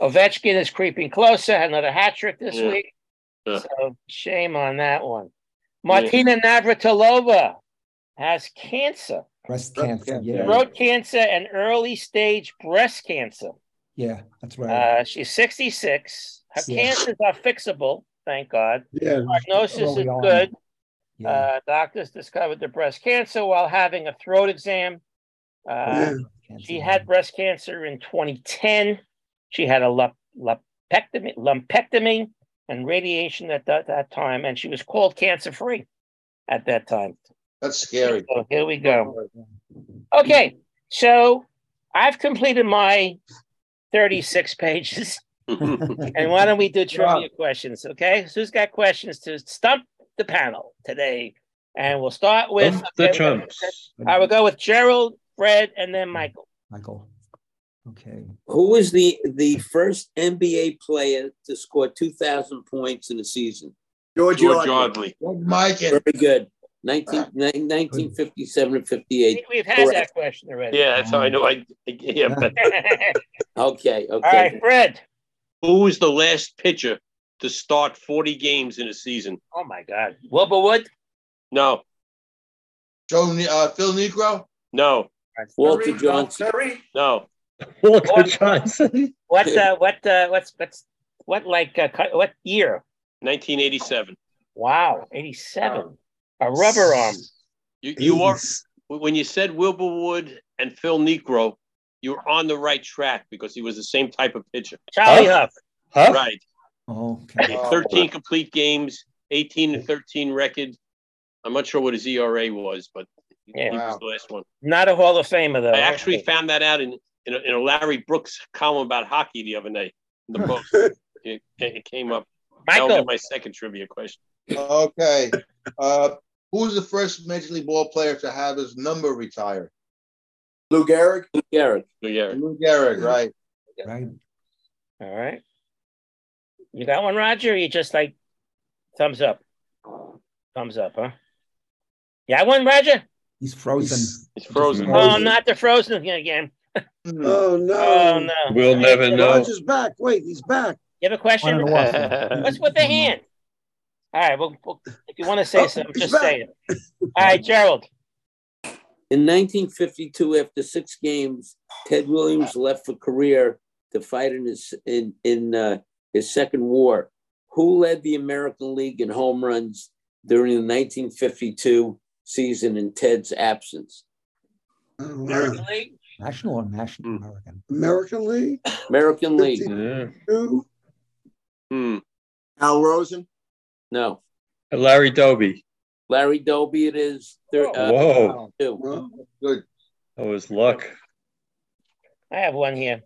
A: Ovechkin is creeping closer. Had Another hat trick this
D: Yeah.
A: week.
D: Yeah.
A: So shame on that one. Martina Navratilova has cancer,
N: Breast cancer. Yeah.
A: throat cancer, and early stage breast cancer.
N: Yeah, that's right.
A: Uh, she's 66. Her
N: Yeah.
A: cancers are fixable, thank God.
N: Yeah.
A: Prognosis is
N: Early on.
A: good. Uh, doctors discovered the breast cancer while having a throat exam. Uh, She had breast cancer in 2010. She had a lump, lumpectomy, lumpectomy and radiation at that, that time, and she was called cancer free at that time.
G: That's scary.
A: So here we go. Okay, so I've completed my 36 pages. and why don't we do trivia questions? Okay, so who's got questions to stump the panel today? And we'll start with
H: Stump the
A: okay, we're-
H: chumps.
A: I will go with Gerald, Fred, and then Michael.
N: Michael. Okay.
E: Who was the the first NBA player to score two thousand points in a season?
L: George George Yardley.
G: Mike.
E: Very good. 19, 1957 and
A: I
E: 58.
A: think we've had
E: Correct.
A: that question already.
D: Yeah, that's how I know. I yeah. But,
E: okay. Okay. All
A: right, Fred.
D: Who was the last pitcher to start forty games in a season?
A: Oh my God, Wilberwood.
D: No,
G: Joe, Ne- uh, Phil Negro.
D: no.
E: Walter Johnson.
D: No.
H: Walter Johnson.
A: What? Uh, what? Uh, what's? What's? What? Like? Uh, cu- what year?
D: 1987.
A: Wow, eighty-seven. A rubber arm.
D: You, you are when you said Wilbur Wood and Phil Negro, you were on the right track because he was the same type of pitcher.
A: Charlie Huff.
D: Huff? Right.
N: Okay.
D: He had 13 complete games, 18 and 13 record. I'm not sure what his ERA was, but
A: Yeah.
D: he
A: Wow.
D: was the last one.
A: Not a Hall of Famer though.
D: I actually found that out in, in, a, in a Larry Brooks column about hockey the other night in the book. it, it came up. That'll
G: Michael.
D: be my second trivia question.
G: Okay. Uh, who was the first Major League ball player to have his number retired?
L: Lou Gehrig.
E: Lou Gehrig.
D: Lou Gehrig.
G: Lou Gehrig, right?
N: Right.
A: All right. You got one, Roger? Or you just like thumbs up?
H: Uh,
A: Thumbs up, huh? Yeah, one, Roger.
N: He's frozen.
D: He's frozen.
A: Oh, not the frozen thing again.
K: Oh no!
A: Oh no.
H: We'll never know.
K: Roger's back. Wait, he's back.
A: You have a question?
H: One and a half.
A: What's with the hand? All right. Well, well, if you want to
K: Oh,
A: say something, just say it. All right, Gerald.
E: In 1952, after six games, Ted Williams left for Korea to fight in his in in uh, his second war. Who led the American League in home runs during the 1952 season in Ted's absence?
K: American
A: League.
N: National or national
D: Hmm.
N: American?
K: American League.
E: American League.
K: Who?
D: Hmm.
L: Al Rosen.
E: No.
H: Larry Doby.
E: Larry Doby, it is. Thir- uh,
H: Whoa.
E: two.
G: Good.
H: That was luck.
A: I have one here.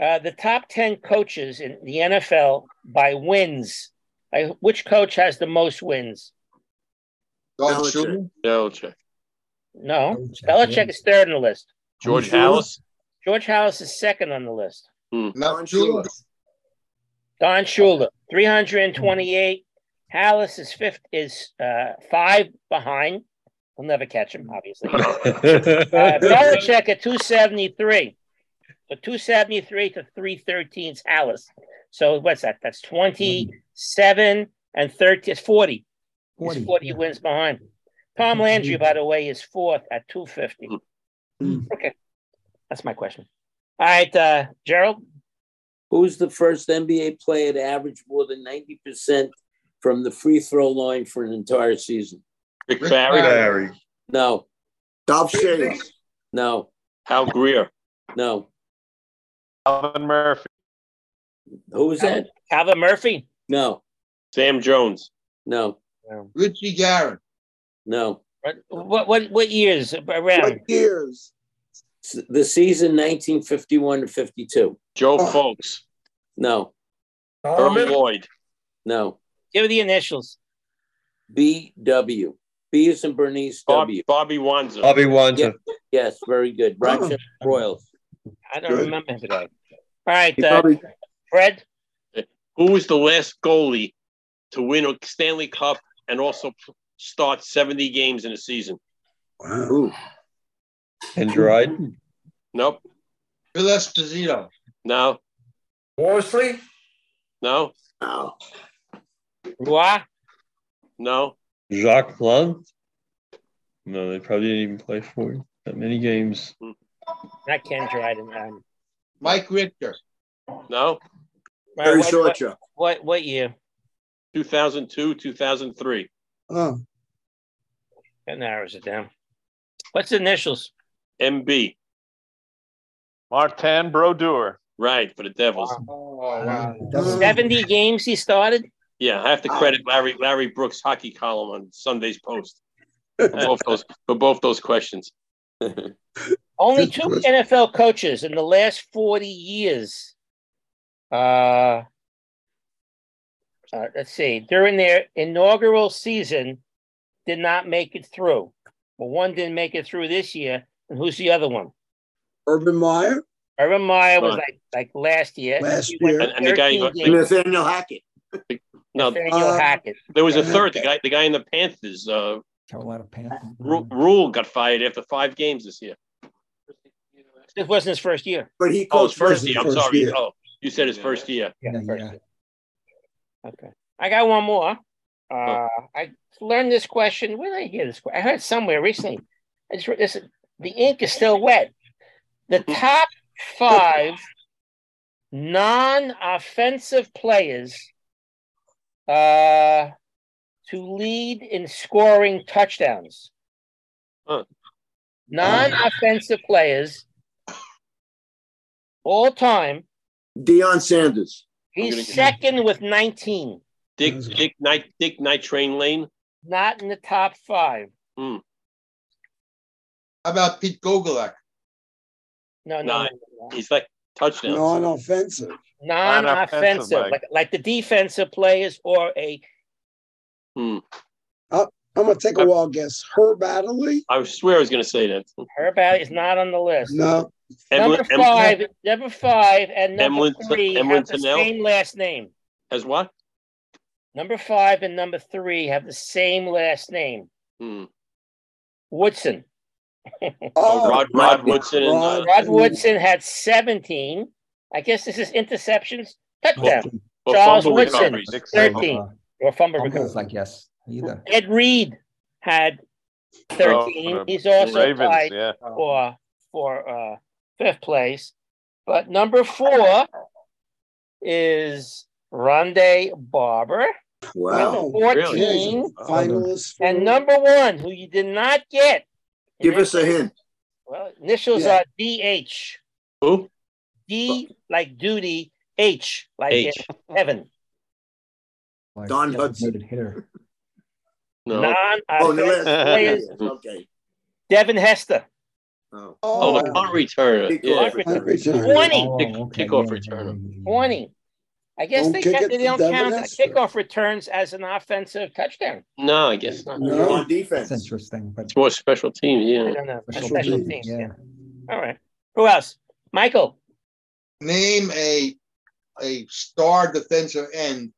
A: Uh, the top 10 coaches in the NFL by wins. Like, which coach has the most wins?
G: Don Shula.
D: Belichick.
A: No. Belichick is third on the list.
D: George
A: Shula?
D: Hallis.
A: George Hallis is second on the list.
D: Hmm.
G: Not Shula.
A: Don Shula, 328. Hallis is fifth, is uh, five behind. We'll never catch him, obviously. uh, Belichick at 273. So 273 to 313 is Hallis. So what's that? That's 27 and 30 is 40. 40,
N: 40,
A: He's 40 wins behind. Tom Landry, by the way, is fourth at 250. Okay. That's my question. All right, uh, Gerald.
E: Who's the first NBA player to average more than 90% from the free throw line for an entire season?
D: Rick Barry.
E: No.
L: Dolph Shaver.
E: No.
D: Hal Greer.
E: No.
J: Alvin Murphy.
E: Who was that?
A: Calvin Murphy.
E: No.
D: Sam Jones.
E: No.
G: Richie Garrett.
E: No.
A: What what what years around?
K: years?
E: S- The season 1951 to 52.
D: Joe Folks.
E: No. Uh,
D: Herb Lloyd.
E: No.
A: Give me the initials.
E: BW. B is in Bernice
D: Bob,
E: W.
D: Bobby Wanzer.
H: Bobby Wanzer.
E: Yes, very good. Rochester Royals.
A: I don't remember him today. All right,
E: He
A: uh,
E: probably-
A: Fred.
D: Who was the last goalie to win a Stanley Cup and also p- start 70 games in a season?
L: Wow.
H: And Dryden.
D: Nope.
G: Bill Esposito.
D: No.
B: Worsley.
D: No.
L: No.
A: Roy.
D: No. Hmm.
H: Jacques Plante. No, they probably didn't even play for him that many games.
A: Not Ken Dryden. Um,
G: Mike Richter.
D: No.
L: Barry
A: what, what,
L: Shorter.
A: what what year?
D: 2002, 2003.
K: Oh.
A: That narrows it down. What's the initials?
D: MB.
J: Martin Brodeur.
D: Right, for the Devils.
A: Seventy games he started.
D: Yeah, I have to credit Larry Larry Brooks' hockey column on Sunday's Post for both those, for both those questions.
A: Only two NFL coaches in the last forty years. Uh, uh, let's see. During their inaugural season, did not make it through. Well, one didn't make it through this year, and who's the other one?
K: Urban Meyer.
A: Urban Meyer was
D: Right.
A: like like last year.
K: Last
A: He went
K: year.
A: to
D: And- and the guy who-
A: 13 games.
D: Nathaniel Hackett. No,
N: Uh,
A: Nathaniel Hackett.
D: there was a third. The guy, the guy in the Panthers, uh,
N: Carolina Panthers.
D: Ru- Rule, got fired after five games this year.
A: This wasn't his first year.
L: But he
D: Oh, his first year. I'm sorry. Oh, you said his first year.
A: Yeah, Okay. I got one more. Uh, I learned this question. Where did I hear this? que- I heard it somewhere recently. I just, wrote this, the ink is still wet. The top five non-offensive players uh, to lead in scoring touchdowns.
D: Huh.
A: Non-offensive players all time.
L: Deion Sanders.
A: He's second with 19,
D: Dick Dick Night Dick Night Train Lane.
A: not in the top five.
D: Hmm.
G: How about Pete Gogolak?
A: No, no,
D: No, he's like touchdowns.
K: Non-offensive.
A: non-offensive,
D: Non-offensive,
A: like like the defensive players or a
D: Hmm.
K: I'm gonna take a wild guess. Herb Adderley.
D: I swear I was going to say that.
A: Herb Allen is not on the list.
K: No.
A: Number
D: Emlyn- Em-
A: five, number five, and number
D: Emlyn-
A: three
D: Emlyn
A: have the
D: Tennell?
A: same last name.
D: As what?
A: Number five and number three have the same last name.
D: Hmm.
A: Woodson.
D: Oh, Rod, Rod Woodson and uh,
A: Rod Woodson had 17. I guess this is interceptions, touchdown.
D: Well,
A: Charles
D: fumble
A: Woodson,
D: recoveries.
A: 13. Or fumble
N: Almost
A: recovery.
N: Uh, like yes, either.
A: Ed Reed had 13.
N: Oh,
A: He's also
N: Ravens,
A: tied
N: yeah.
A: for, for uh, fifth place. But number four is Rondé Barber.
L: Wow.
A: With 14.
L: Really?
K: Finalist
A: And number one, who you did not get,
L: Give us a hint.
A: well, initials
L: Yeah.
A: are DH.
D: Who?
A: D like duty, H like in
D: H.
A: heaven.
L: Don Hudson.
D: No.
A: Non
L: Oh, the last
A: players.
L: Okay.
A: Devin Hester.
L: Oh,
D: Oh, the punt returner.
L: Kickoff
D: Yeah. Oh,
A: returner.
D: Twenty.
A: Twenty.
D: Kick- Kickoff returner.
A: 20. I guess
K: Don't
A: they,
K: kick
A: ca-
K: it
A: they
K: to
A: don't
K: Devin
A: count
K: Hester.
A: kickoff returns as an offensive touchdown.
D: No, I guess not.
K: No.
L: On defense.
N: That's interesting, but
D: It's more special team.
A: I
D: Yeah.
A: don't know.
N: Special
A: Special
N: teams,
A: teams,
N: yeah.
A: All right. Who else? Michael.
G: Name a a star defensive end,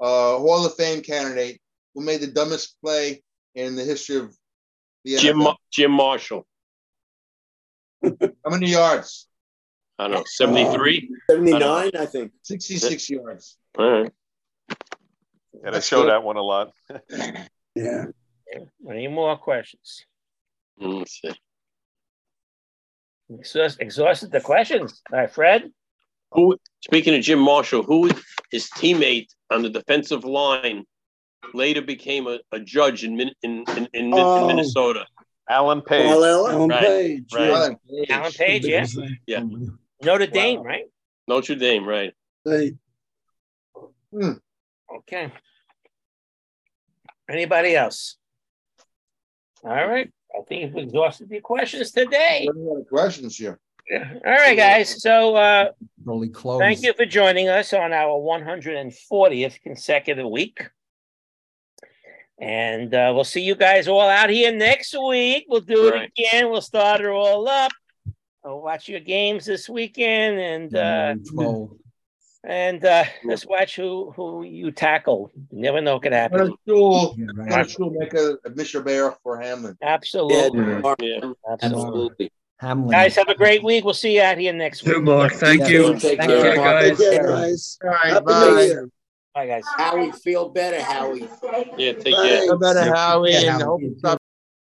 G: uh, Hall of Fame candidate who made the dumbest play in the history of the
D: Jim
G: NFL.
D: Ma- Jim Marshall.
G: How many yards?
D: I don't know. Seventy three.
L: 79, I think.
G: 66 yards.
D: All right.
J: Yeah, they show that one a lot.
K: Yeah.
A: Any more questions?
D: Let's see.
A: Exhaust, exhausted the questions. All right, Fred.
D: Who? Speaking of Jim Marshall, who his teammate on the defensive line later became a, a judge in Min, in in, in, Min-
K: Oh.
D: in Minnesota.
J: Alan Page.
L: Paul Allen?
K: Alan
D: Right,
K: Page.
D: right.
K: yeah.
G: Alan Page.
A: Alan Page, yeah.
D: Yeah.
A: Notre Dame, right?
D: Notre Dame, right?
K: They-
A: Hmm. Okay. Anybody else? All right. I think we've exhausted the questions today.
G: What are the questions here?
A: All right, guys. So uh,
N: really close.
A: thank you for joining us on our 140th consecutive week. And uh, we'll see you guys all out here next week. We'll do it
D: Right.
A: again. We'll start it all up. I'll watch your games this weekend and
E: Mm-hmm.
A: uh,
N: Twelve.
A: and uh, just watch who, who you tackle. You never know what could happen.
G: What a tool.
N: Yeah,
G: What a
N: right.
G: tool make a, a Mr. Bear for Hamlin.
A: Absolutely.
D: Yeah.
E: Absolutely.
N: Hamlin.
A: Guys, have a great week. We'll see you out here next week.
O: Mark, thank
N: Yes,
O: you.
E: Take
N: Thank
E: care,
N: you,
E: Mark.
O: guys.
K: Take care, guys.
G: All right,
K: Happy New
G: bye.
K: Year.
A: Bye, guys.
E: Howie, feel better, Howie.
D: Yeah. Take care.
K: Thanks.
G: How about a Howie and hope it's not